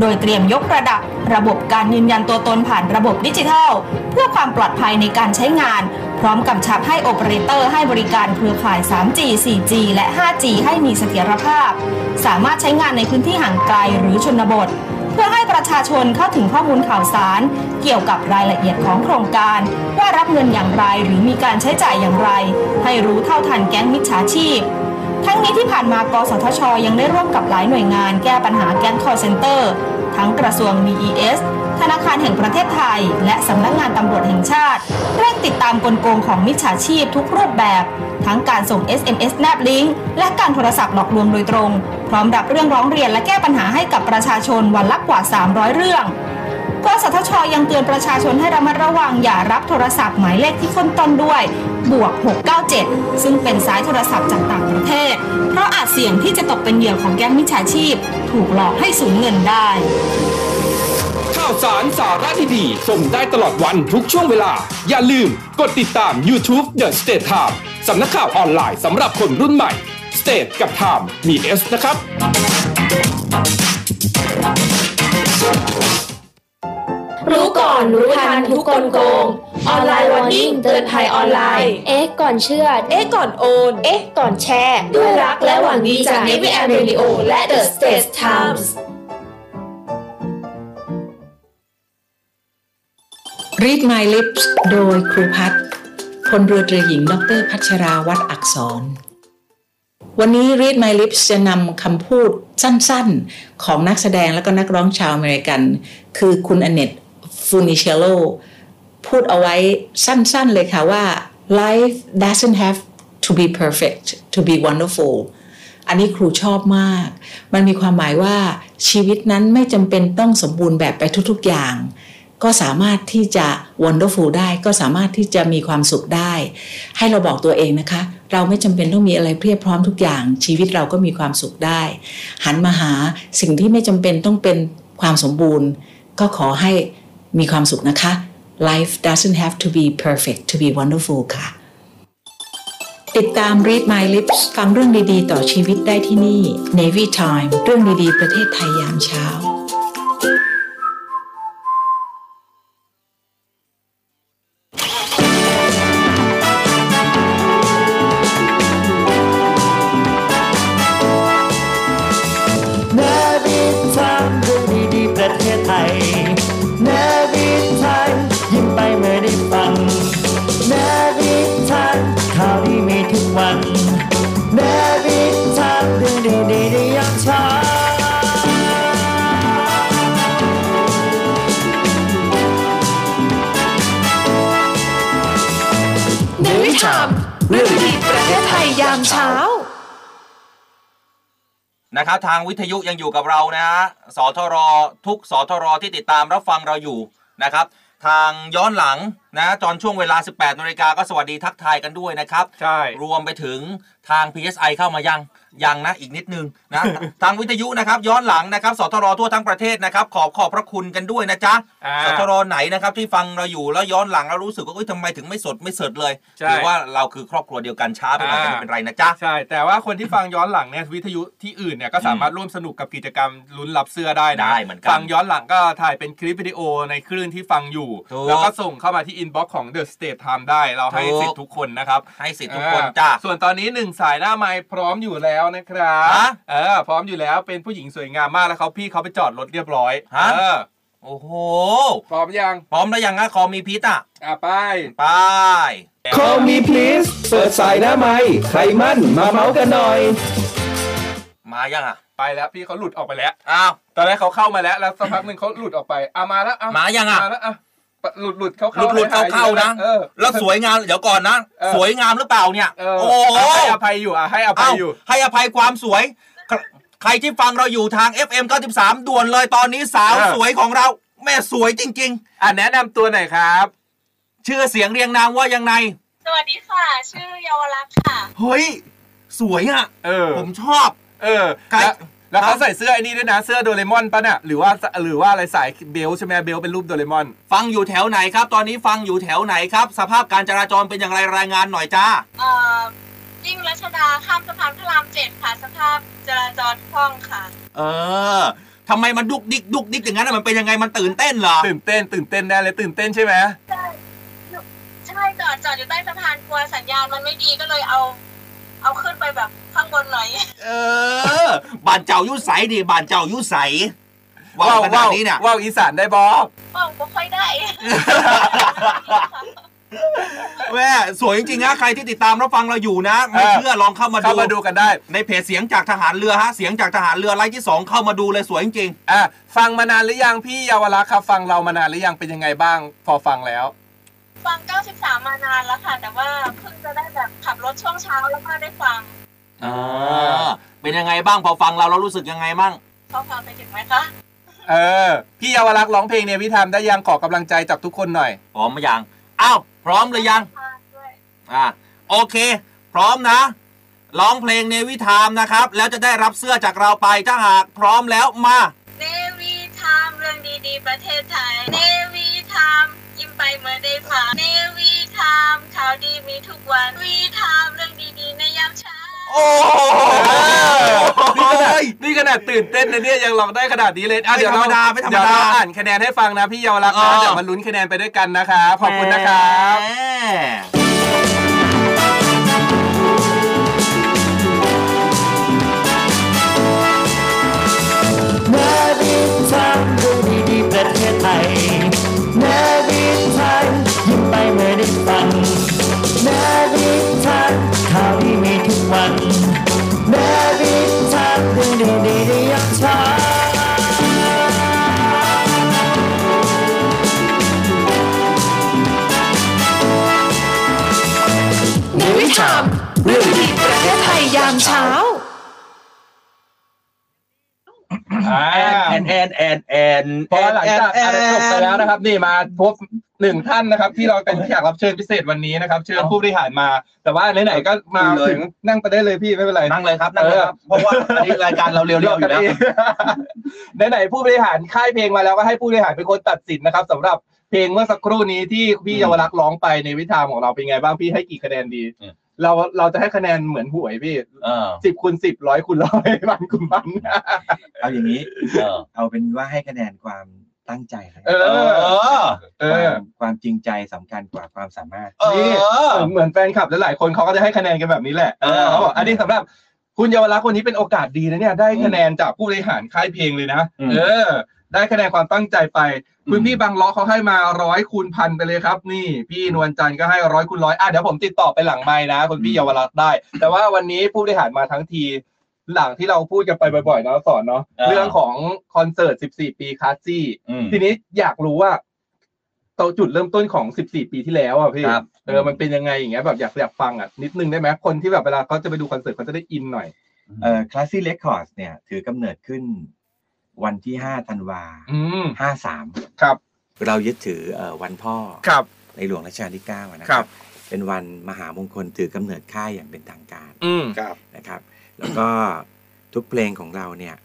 S9: โดยเตรียมยกระดับ ระบบการยืนยันตัวตนผ่านระบบดิจิทัล เพื่อความปลอดภัยในการใช้งาน พร้อมกำชับให้โอเปอเรเตอร์ให้บริการเครือข่าย 3G 4G และ 5G ให้มีเสถียรภาพ สามารถใช้งานในพื้นที่ห่างไกลหรือชนบท เพื่อให้ประชาชนเข้าถึงข้อมูลข่าวสาร เกี่ยวกับรายละเอียดของโครงการ ว่ารับเงินอย่างไรหรือมีการใช้จ่ายอย่างไร ให้รู้เท่าทันแก๊งมิจฉาชีพ ทั้งนี้ที่ผ่านมากสทช ยังได้ร่วมกับหลายหน่วยงานแก้ปัญหาแก๊งคอร์เซนเตอร์ ทั้งกระทรวง BES ธนาคารแห่งประเทศไทย และสำนักงานตำรวจแห่งชาติ เร่งติดตามกลโกงของมิจฉาชีพทุกรูปแบบ ทั้งการส่ง SMS แนบลิงก์และการโทรศัพท์หลอกลวงโดยตรง พร้อมรับเรื่องร้องเรียนและแก้ปัญหาให้กับประชาชนวันละกว่า 300 เรื่อง กสทช ยังเตือนประชาชนให้ระมัดระวังอย่ารับโทรศัพท์หมายเลขที่ขึ้นต้นด้วย บวก 697 ซึ่งเป็นสายโทรศัพท์จากต่างประเทศ เพราะอาจเสี่ยงที่จะตกเป็นเหยื่อของแก๊งมิจฉาชีพ ถูกหลอกให้สูญเงินได้
S10: ข่าวสารสาระดีๆส่งได้ตลอดวันทุกช่วงเวลา อย่าลืมกดติดตาม YouTube The State Time สำนักข่าวออนไลน์สำหรับคนรุ่นใหม่ State กับ Time มี S นะครับ
S8: รู้ก่อนรู้ทันทุกกลโกง ออนไลน์วอร์นิ่งเตือนภัยออนไลน์
S11: เอ๊ะก่อนเชื่อ
S8: เอ๊ะ ก่อนโอน
S11: เอ๊ะก่อนแชร์
S8: ด้วยรักและหวังดีจาก Navy a m r a d i o และ The States Times
S12: รีด My Lips โดยครูพัฒน์พลเรือตรีหญิง ดรพัชราวัตรอักษร วันนี้ Read My Lips จะนำคำพูดสั้นๆ ของนักแสดงและก็นักร้องชาวอเมริกัน คือคุณอเนตฟูนิเชโลพูดเอาไว้สั้นๆเลยค่ะว่า life doesn't have to be perfect to be wonderful อันนี้ครูชอบมาก มันมีความหมายว่าชีวิตนั้นไม่จำเป็นต้องสมบูรณ์แบบไปทุกๆอย่าง ก็สามารถที่จะ wonderful ได้ก็สามารถที่จะมีความสุขได้ ให้เราบอกตัวเองนะคะ เราไม่จำเป็นต้องมีอะไรเพียบพร้อมทุกอย่าง ชีวิตเราก็มีความสุขได้ หันมาหาสิ่งที่ไม่จำเป็นต้องเป็นความสมบูรณ์ ก็ขอให้มีความสุขนะคะ life doesn't have to be perfect to be wonderful ค่ะ ติดตาม Read My Lips ฟังเรื่องดีๆ ต่อชีวิตได้ที่นี่ Navy Time เรื่องดีๆ ประเทศไทยยามเช้า
S5: นวิทามเรื่องดีๆประเทศไทยนวิทามยิ้มไปเมื่อได้ฟังนวิทามข่าวดีมีทุกวันนวิทามเรื่องดีๆในยามเช้า
S8: เนวิชามเรื่องดีๆประเทศไทยยามเช้า
S2: นะครับทางวิทยุยังอยู่กับเรานะฮะสทรทุกสทรที่ติดตามรับฟังเราอยู่นะครับ ทางย้อนหลังนะตอนช่วงเวลา 18นาฬิกาก็สวัสดีทักทายกันด้วยนะครับ
S3: ใช่
S2: รวมไปถึงทาง PSI เข้ามายังยังนะอีกนิดนึงนะ ทางวิทยุนะครับย้อนหลังนะครับสทรทั่วทั้งประเทศนะครับ ขอบขอบพระคุณกันด้วยนะจ๊ะ
S3: อ่า
S2: สทรไหนนะครับที่ฟังเราอยู่แล้วย้อนหลังแล้วรู้สึกว่าเอ้ยทำไมถึงไม่สดไม่เสดเลย
S3: ใช่
S2: หรือว่าเราคือครอบครัวเดียวกันช้าไปหน่อยแต่
S3: อ่า
S2: ไม่เป็นไรนะจ๊ะ
S3: ใช่ แต่ว่าคนที่ฟังย้อนหลังเนี่ยวิทยุที่อื่นเนี่ยก็สามารถร่วมสนุกกับกิจกรรมลุ้นรับเสื้อได้นะ
S2: ได้เหมือนกัน
S3: ฟังย้อนหลังก็ถ่ายเป็นคลิปวิดีโอในคลื่นที่ฟังอยู่
S2: ถูก
S3: แล้วก็ส่งเข้ามาที่อินบ็อกซ์ของ The State Time ได้ เราให้
S2: ถูก
S3: สิทธิ์ทุกคนนะครับ
S2: ให้สิทธิ์ทุกคนจ้า
S3: ส่วนตอนนี้ 1 สายหน้าไม้พร้อมอยู่แล้วนะครับ
S2: ฮะ
S3: เออพร้อมอยู่แล้วเป็นผู้หญิงสวยงามมากแล้วเขาพี่เขาไปจอดรถเรียบร้อย
S2: ฮะ
S3: เออ
S2: โอ้โห
S3: พร้อมยัง
S2: พร้อมแล้วยังอะคอมีพิษอ่ะ
S3: อ่ะไป
S2: ไป
S10: Call me please เปิดสายหน้าไม้ใครมั่นมาเมาส์กันหน่อย
S2: มายังอ่ะ
S3: ไปแล้วพี่เขาหลุดออกไปแล้ว
S2: อ้าว
S3: ตอนแรกเขาเข้ามาแล้วแล้วสักพักหนึ่งเขาหลุดออกไปอ่ะมาแล้วอ่ะ
S2: มายังอ่ะ
S3: มาแล้วอ่ะหลุดหลุดเขา
S2: หลุดหลุดๆเข้าๆนะ
S3: เออ
S2: แล้วสวยงามเดี๋ยวก่อนนะ
S3: เออ
S2: สวยงามหรือเปล่าเนี่ย
S3: เออ
S2: โอ้โห
S3: ให้อภัยอยู่อ่ะให้อภั
S2: เอ้าย
S3: อยู่
S2: ให้อภัยความสวย ใครใครที่ฟังเราอยู่ทาง FM 93 ด่วนเลยตอนนี้สาว
S3: เออ
S2: สวยของเรา แม่สวยจริง
S3: อ่ะแนะนำตัวหน่อยครับ
S2: ๆ ชื่อเสียงเรียงนามว่ายังไง
S13: สวัสดีค่ะ ชื่อเยาวรักษณ์ค่ะ
S2: เฮ้ย สวยอ่ะ
S3: เออ
S2: ผมชอบ
S3: เออ
S2: ไก่
S3: แล้วแล้ว
S2: ครั
S3: เขา
S2: บ
S3: ใส่เสื้อไอ้นี่ด้วยนะเสื้อโดเรมอนป่ะน่ะหรือว่าหรือว่าอะไรสายเบลใช่ไหมเบลเป็นรูปโดเรมอน
S2: ฟังอยู่แถวไหนครับ ตอนนี้ฟังอยู่แถวไหนครับ สภาพการจราจรเป็นอย่างไรรายงานหน่อยจ้า
S13: เอ่อยิ่งรัชดาข้ามสะพานพระรามเจ็ดค่ะ สภาพจราจรคล่องค่ะ
S2: เออทำไมมันดุกดิกดุกดิกอย่างนั้นอะมันเป็นยังไงมันตื่นเต้นเหรอ
S3: ตื่นเต้น ตื่นเต้นได้เลยตื่นเต้นใช่ไหม
S13: ใช่จอดจอดอยู่ใต้สะพานกลัวสัญญาณมันไม่ดีก็เลยเอา เอาขึ้นไปแบบข้างบนหน่อย
S2: เออบานเจ้ายุใสดิบานเจ้ายุใสว้าวขนาดนี้เนี่ย
S3: ว้าวอีสานได้บอบ
S13: บอกไม่ค่อยได้
S2: แม่สวยจริงๆนะใครที่ติดตามรับฟังเราอยู่นะ ไม่เชื่อลองเข้ามา
S3: เข้า
S2: ดู
S3: มาดูกันได้
S2: ในเพจเสียงจากทหารเรือฮะเสียงจากทหารเรือไลฟ์ที่สองเข้ามาดูเลยสวยจริง
S3: อ่ะฟังมานานหรือยังพี่เยาวรักษณ์ครับฟังเรามานานหรือยังเป็นยังไงบ้าง พอฟังแล้ว
S13: ฟัง 93 มานานแล้วค่ะ แต่ว่าเพิ่งจะได้แบบขับรถช่วงเช้าแล้วก็ได้ฟัง
S2: ๆอ่าเป็นยังไงบ้างพอฟังเราเรารู้สึกยังไงบ้าง
S13: เขาฟังไปถึงไหมคะ
S3: เออ พี่เยาวรักษณ์ร้องเพลงเนี่ยพี่ทำได้ยังขอกำลังใจจากทุกคนหน่อย
S2: พร้อมหรือยังอ้าวพร้อมหรือยัง
S13: ฟังด้วย
S2: อ่าโอเค พร้อมนะร้องเพลงเนวิทามนะครับ แล้วจะได้รับเสื้อจากเราไปถ้าหากพร้อมแล้วมา
S13: เนวีไทามเรื่องดีๆ ประเทศไทย เนวีไทามยิ้มไปเมื่อได้ฟังเนวีไทามข่าวดีมีทุกวันวีไทามเรื่องดีๆในยามเช้า
S2: โอ้
S3: นี่ขนาด
S2: ย
S3: นี่ขนาดตื่นเต้นนะเนี่ยยังร้องได้ขนาดนี้เลยอ่ะ
S2: ไม่
S3: เดี๋ยว
S2: ธร
S3: เรา
S2: รมดาไม่ธรรมดา
S3: เดี๋ยวเราอ่านคะแนนให้ฟังนะพี่เยาวรักษณ์นะ
S2: อ่า
S3: เดี๋ยวมาลุ้นคะแนนไปด้วยกันนะครับขอบคุณนะครับ
S2: แหม
S5: เนวิทามเรื่องดีๆประเทศไทยเนวิทามยิ้มไปเมื่อได้ฟังเนวิทามข่าวที่มีทุกวันเนวิทามเรื่องดีๆในยามเช้า
S14: เนวิชามเรื่องดีประเทศไทยยามเช้า
S3: อ่า
S4: แอนแอนแอนแอน
S3: เพราะว่าหลังจากอะไรจบไปแล้วนะครับ นี่มาพบหนึ่งท่านนะครับ ที่เราเป็นแขกรับเชิญพิเศษวันนี้นะครับ เชิญผู้บริหารมา แต่ว่าไหนๆก็มาถึงนั่งไปได้เลยพี่ไม่เป็นไร
S4: นั่งเลยครับนั่งเลยครับ เพราะว่าอันนี้รายการเราเรียวๆอยู่แล้ว
S3: ไหนๆผู้บริหารค่ายเพลงมาแล้วก็ให้ผู้บริหารเป็นคนตัดสินนะครับสำหรับเพลงเมื่อสักครู่นี้ที่พี่
S4: อืม
S3: เยาวรักษณ์ร้องไปในวิธามของเราเป็นไงบ้างพี่ให้กี่คะแนนดี
S4: อืม
S3: เราเราจะให้คะแนนเหมือนหวยพี่
S4: เออ
S3: สิบคูณสิบร้อยคูณร้อยพันคูณพัน
S7: เอาอย่างนี้
S4: เออ
S7: เอาเป็นว่าให้คะแนนความตั้งใจแล้ว
S3: เอ
S7: กัน
S3: อ เออ
S7: ความความจริงใจสำคัญกว่าความสามารถ
S4: เออ
S3: เหมือนแฟนคลับหลายๆคนเขาก็จะให้คะแนนกันแบบนี้แหละ
S7: เออ
S3: เขาบอกอันนี้สำหรับคุณเยาวรักษณ์คนนี้เป็นโอกาสดีนะเนี่ยได้คะแนนจากผู้บริหารค่ายเพลงเลยนะ
S4: อืม
S3: เออ ได้คะแนนความตั้งใจไป คุณพี่บางล้อเขาให้มาร้อยคูณพันไปเลยครับ นี่ พี่นวลจันทร์ก็ให้ร้อยคูณร้อยอ่ะเดี๋ยวผมติดต่อไปหลังไม้นะคุณพี่เยาวรักษณ์ได้ แต่ว่าวันนี้ผู้บริหารมาทั้งทีหลังที่เราพูดกันไปบ่อยๆเนาะสอนเนาะเรื่องของคอนเสิร์ต 14 ปีคาซี่
S4: อืม
S3: ทีนี้อยากรู้ว่าตอนจุดเริ่มต้นของ 14 ปีที่แล้วอ่ะพี่
S4: ครับ
S3: เออมันเป็นยังไงอย่างเงี้ยแบบอยากอยากฟังอ่ะนิดนึงได้ไหมคนที่แบบเวลาเขาจะไปดูคอนเสิร์ตเขาจะได้อินหน่อย
S7: เออคลาสซี่เรคคอร์ดเนี่ย ถือกำเนิดขึ้นวันที่ 5 ธันวา
S3: อืม
S7: 53
S3: ครับ
S7: เรายึดถือเอ่อวันพ่อ
S3: ครับ
S7: ในหลวงรัชกาลที่ 9 นะค
S3: ครั
S7: รับ บ เป็นวันมหามงคลถือกำเนิดค่ายอย่างเป็นทางการ
S3: อืม
S4: ครับ
S7: นะครับ แล้วก็ทุกเพลงของเราเนี่ย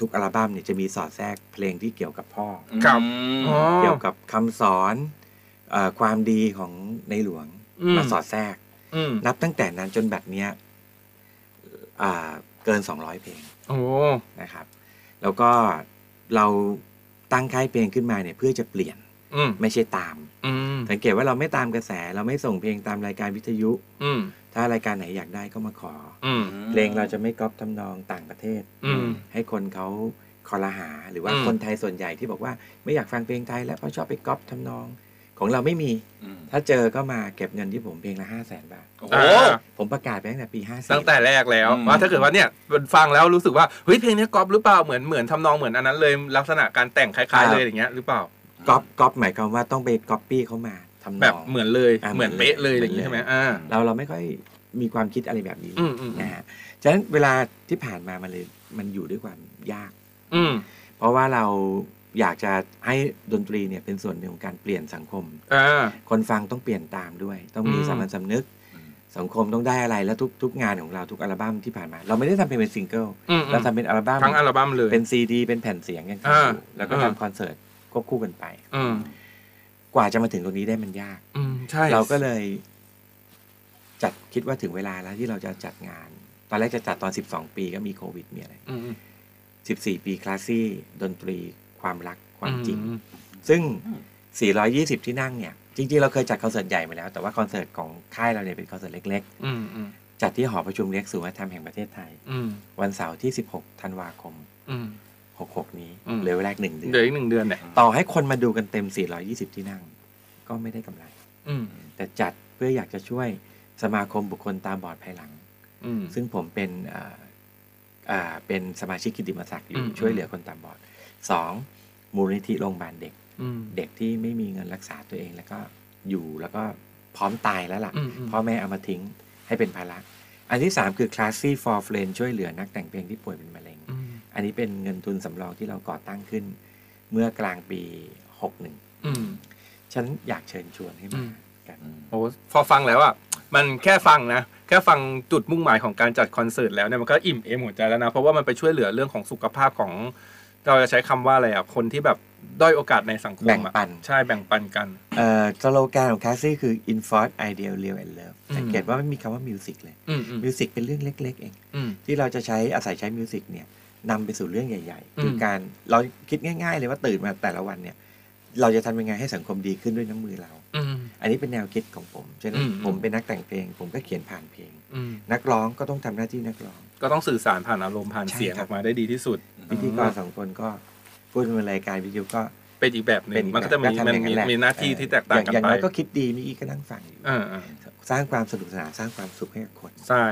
S7: ทุกอัลบั้มเนี่ยจะมีสอดแทรกเพลงที่เกี่ยวกับพ่อ
S3: ครับ
S2: อืม
S3: อ๋อ
S7: เกี่ยวกับคำสอนเออความดีของในหลวง
S3: อืม
S7: มาสอดแทรก
S3: อืม
S7: นับตั้งแต่นั้นจนบัดเนี้ยอ่าเกิน 200 เพลง
S3: โอ้
S7: นะครับ แล้วก็เราตั้งค่ายเพลงขึ้นมาเนี่ยเพื่อจะเปลี่ยน
S3: อืม
S7: ไม่ใช่ตาม
S3: อืม
S7: สังเกตว่าเราไม่ตามกระแส เราไม่ส่งเพลงตามรายการวิทยุ
S3: อืม
S7: ถ้ารายการไหนอยากได้ก็มาขออ
S3: ม
S7: เพลงเราจะไม่ก๊อปทำนองต่างประเทศ
S3: อืม
S7: ให้คนเขาคอรหา หรือว่า
S3: อืม
S7: คนไทยส่วนใหญ่ที่บอกว่าไม่อยากฟังเพลงไทย แล้วเพราะชอบไปก๊อปทำนอง ของเราไม่มี ถ้าเจอก็มาเก็บเงินที่ผมเพลงละห้าแสนบาท
S3: โอ้โห
S7: ผมประกาศไปตั้งแต่ปีห้า
S3: ตั้งแต่แรกแล้วว่าถ้าเกิดว่าเนี่ยฟังแล้วรู้สึกว่าเฮ้ยเพลงเนี้ยก๊อปหรือเปล่าเหมือนเหมือนทำนองเหมือนอันนั้นเลยลักษณะการแต่งคล้าย ๆ เลยอย่างเงี้ยหรือเปล่า
S7: ก๊อปก๊อปหมายความว่าต้องไปก๊อปปี้เขามาทำนอง
S3: แบบเหมือนเลย
S7: า
S3: เหมือนเป๊ะเลยอย่างงี้ใช่ไหมอ่า
S7: เราเราไม่ค่อยมีความคิดอะไรแบบนี้
S3: อืมอืม
S7: นะฮะฉะนั้นเวลาที่ผ่านมามันเลยมันอยู่ด้วยความยาก
S3: อืม
S7: เพราะว่าเราอยากจะให้ดนตรีเนี่ยเป็นส่วนหนึ่งของการเปลี่ยนสังคม
S3: อ่า
S7: คนฟังต้องเปลี่ยนตามด้วย ต้องมี
S3: อืม
S7: สามัญสำนึก สังคมต้องได้อะไรแล้วทุกทุกงานของเราทุกอัลบั้มที่ผ่านมา เราไม่ได้ทำเพลงเป็นซิงเกิล
S3: อืมอืม
S7: เราทำเป็นอัลบั้ม
S3: ทั้งอัลบั้มเลย
S7: เป็นซีดี เป็นแผ่นเสียงกัน
S3: อ่า
S7: แล้วก็
S3: อ่า
S7: ทำคอนเสิร์ตควบคู่กันไป
S3: อืม
S7: กว่าจะมาถึงตรงนี้ได้มันยาก
S3: อืมใช่
S7: เราก็เลยจัดคิดว่าถึงเวลาแล้วที่เราจะจัดงาน ตอนแรกจะจัดตอน 12 ปีก็มีโควิดมีอะไร
S3: อืม
S7: 14 ปีคลาสซี่ ดนตรีความรักความจริง
S3: อืม
S7: ซึ่ง 420 ที่นั่งเนี่ย จริง ๆ เราเคยจัดคอนเสิร์ตใหญ่มาแล้ว แต่ว่าคอนเสิร์ตของค่ายเราเนี่ยเป็นคอนเสิร์ตเล็ก
S3: อืมอืม
S7: ๆ จัดที่หอประชุมเล็กศูนย์วัฒนธรรมแห่งประเทศไทย
S3: อืม
S7: วันเสาร์ที่ 16 ธันวาคม
S3: อืม
S7: 66 นี้
S3: อืม
S7: เหลือเวลาอีกหนึ่งเดือน
S3: เดี๋ยวอีกหนึ่งเดือนเนี่ย
S7: ต่อให้คนมาดูกันเต็ม 420 ที่นั่ง ก็ไม่ได้กำไร
S3: อืม
S7: แต่จัดเพื่ออยากจะช่วยสมาคมบุคคลตาบอดภายหลัง
S3: อืม
S7: ซึ่งผมเป็นเอ่อเอ่อเป็นสมาชิกกิตติมศักดิ์อ
S3: อื
S7: ยู่
S3: ม
S7: ช่วยเหลือคนตาบอดสองมูลนิธิโรงพยาบาลเด็ก
S3: อืม
S7: เด็กที่ไม่มีเงินรักษาตัวเองแล้วก็อยู่แล้วก็พร้อมตายแล้ว
S3: อืมอืม
S7: ล่ะ พ่อแม่เอามาทิ้งให้เป็นภาระอันที่ 3 คือ Classy for Friend ช่วยเหลือนักแต่งเพลงที่ป่วยเป็นมะเร็ง
S3: อืม
S7: อันนี้เป็นเงินทุนสำรองที่เราก่อตั้งขึ้น เมื่อกลางปี 61
S3: อืม
S7: ฉันอยากเชิญชวนให้มากัน
S3: โอ้พอฟังแล้วอ่ะมันแค่ฟังนะ แค่ฟังจุดมุ่งหมายของการจัดคอนเสิร์ตแล้วเนี่ยมันก็อิ่มเอมหัวใจแล้วนะ เพราะว่ามันไปช่วยเหลือเรื่องของสุขภาพของ เราจะใช้คำว่าอะไรอ่ะ คนที่แบบด้อยโอกาสในสังคม
S7: แบ่ง
S3: อะ
S7: ปัน
S3: ใช่แบ่งปันกัน
S7: เอ่อสโลแกนของ Classy คือ Enforce Ideal Real and Love
S3: อืม
S7: สังเกตว่าไม่มีคำว่ามิวสิกเลย
S3: อืมอืม
S7: มิวสิกเป็นเรื่องเล็ก ๆ เอง
S3: อืม
S7: ที่เราจะใช้อาศัยใช้มิวสิกเนี่ยนำไปสู่เรื่องใหญ่
S3: อืม
S7: ๆ คือการเราคิดง่าย ๆ เลยว่าตื่นมาแต่ละวันเนี่ย เราจะทำยังไงให้สังคมดีขึ้นด้วยน้ำมือเรา
S3: อืม
S7: อันนี้เป็นแนวคิดของผมฉะนั้
S3: อื
S7: น
S3: ม
S7: ผมเป็นนักแต่งเพลง ผมก็เขียนผ่านเพลง
S3: อืม
S7: นักร้องก็ต้องทำหน้าที่นักร้อง
S3: ก็ต้องสื่อสารผ่านอารมณ์ผ่าน
S7: ใช่
S3: เสียง
S7: ค
S3: อ
S7: รับ
S3: อกมาได้ดีที่สุด
S7: พิธีกรสองคนก็พูดเป็นรายการวิทยุก็
S3: เป็นอีกแบบห
S7: เป็
S3: นึ่
S7: น
S3: ง
S7: อี
S3: มันก็จะมี
S7: แบบก็
S3: มั
S7: ทำ
S3: น
S7: อย่ง
S3: มี
S7: แหละ
S3: มีหน้าที่ที่แตกต่างกัน
S7: อย่อย่า
S3: ไป
S7: น้อยก็คิดดีเมื่อกี้ก็นั่งฟังอยู่
S3: อ่าอ่า
S7: สร้างความสนุกสนานสร้างความสุขให้กับคน
S3: ใช่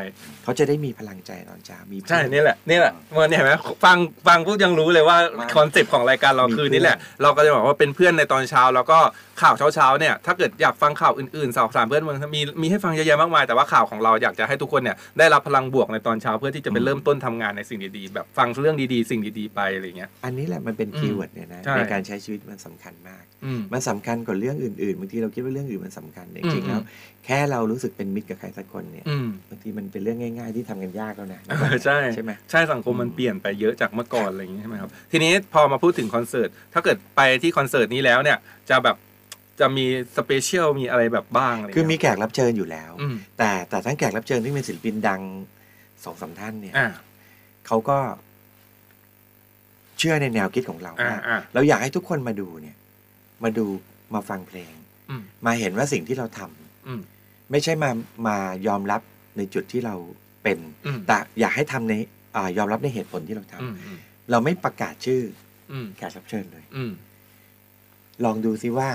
S7: เขาจะได้มีพลังใจตอนเช้ามี
S3: ใช่นี่แหละนี่แหละเมื่อเนี่ยเห็นไหมฟังฟังพูดยังรู้เลยว่าคอนเซปต์ของรายการเราคือนี่แหละ เราก็จะบอกว่าเป็นเพื่อนในตอนเช้า แล้วก็ข่าวเช้าๆเนี่ยถ้าเกิดอยากฟังข่าวอื่นๆสาวสามเพื่อนมันมีมีให้ฟังเยอะแยะมากมาย แต่ว่าข่าวของเราอยากจะให้ทุกคนเนี่ยได้รับพลังบวกในตอนเช้าเพื่อที่จะไปเริ่มต้นทำงานในสิ่งดีๆ แบบฟังเรื่องดีๆ สิ่งดีๆไปอะไรอย่างเงี้ย
S7: อันนี้แหละมันเป็น
S3: อืม
S7: คีย์เวิร์ดเนี่ยนะ
S3: ใช่
S7: ในการใช้ชีวิตมันสำคัญมาก
S3: อืม
S7: มันสำคัญกว่าเรื่องอื่นๆบางทีเราคิดว่าเรื่องอื่นมันสำคัญแต่จริ
S3: อื
S7: ง
S3: ม
S7: ๆแล้ว แค่เรารู้สึกเป็นมิตรกับใครสักคนเนี่ย
S3: อืม
S7: บางทีมันเป็นเรื่องง่าย ๆ ที่ทำกันยากแล้วนะ
S3: เออใช่
S7: ใช่ไหม
S3: ใช่สังคมมันเปลี่ยนไปเยอะจากเมื่อก่อนอะไรอย่างนี้ใช่ไหมครับทีนี้พอมาพูดถึงคอนเสิร์ตถ้าเกิดไปที่คอนเสิร์ตนี้แล้วเนี่ย จะแบบจะมีสเปเชียลมีอะไรแบบบ้างอะไร
S7: คือ
S3: เงี้ย
S7: มีแขกรับเชิญอยู่แล้ว
S3: อืม
S7: แต่แต่ทั้งแขกรับเชิญที่เป็นศิลปินดังสองสามท่านเนี่ย
S3: อ่า
S7: เขาก็เชื่อในแนวคิดของเรา
S3: อ่า
S7: ว่าก
S3: อ่า
S7: เราอยากให้ทุกคนมาดูเนี่ย มาดูมาฟังเพลง
S3: อืม
S7: มาเห็นว่าสิ่งที่เราทำ
S3: อืม
S7: ไม่ใช่มามายอมรับในจุดที่เราเป็น
S3: อืม
S7: แต่อยากให้ทำในอายอมรับในเหตุผลที่เราทำ
S3: อืมอืม
S7: เราไม่ประกาศชื่อ
S3: อืม
S7: แขกรับเชิญเลย
S3: อืม
S7: ลองดูซิว่า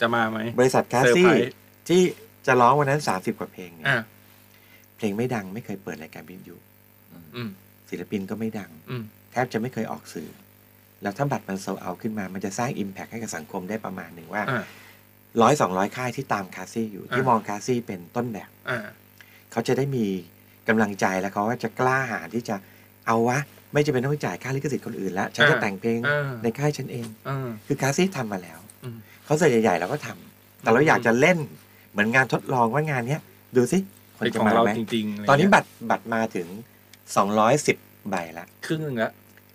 S3: จะมาไหม
S7: บริษัทคา
S3: เซอร์ไพร
S7: ซี่
S3: ส์
S7: ที่จะร้องวันนั้นสามสิบกว่าเพลงเนี่ย
S3: อ่า
S7: เพลงไม่ดังไม่เคยเปิดรายการวิทยุ
S3: อืม
S7: ศิลปินก็ไม่ดัง
S3: อืม
S7: แทบจะไม่เคยออกสื่อ แล้วถ้าบัตรมันโซเอาขึ้นมา มันจะสร้าง Impact ให้กับสังคมได้ประมาณหนึ่งว่า
S3: อ่า
S7: ร้อยสองร้อยค่ายที่ตามคาซี่อยู่ ที่
S3: อ่าม
S7: มองคาซี่เป็นต้นแบบ
S3: อ่า
S7: เขาจะได้มีกำลังใจแล้วเขาก็จะกล้าหาญที่จะเอาวะ ไม่จะเป็นต้องไปจ่ายค่าลิขสิทธิ์คนอื่นละฉันจะ
S3: อ่า
S7: แต่งเพลง
S3: อ่า
S7: ในค่ายฉันเอง
S3: อ่า
S7: คือคาซี่ทำมาแล้ว
S3: อืม
S7: เขาเสร็จใหญ่ๆเราก็ทำแต่เราอยากจะเล่นเหมือนงานทดลองว่างานเนี้ยดูสิคน
S3: เป็น
S7: จะ
S3: ของ
S7: มา
S3: เรา
S7: ไหม
S3: จริงๆะไเงี้ย
S7: ตอนนี้บัตรบัตรมาถึง 210 ใบละ
S3: ครึ่งหนึ่งละ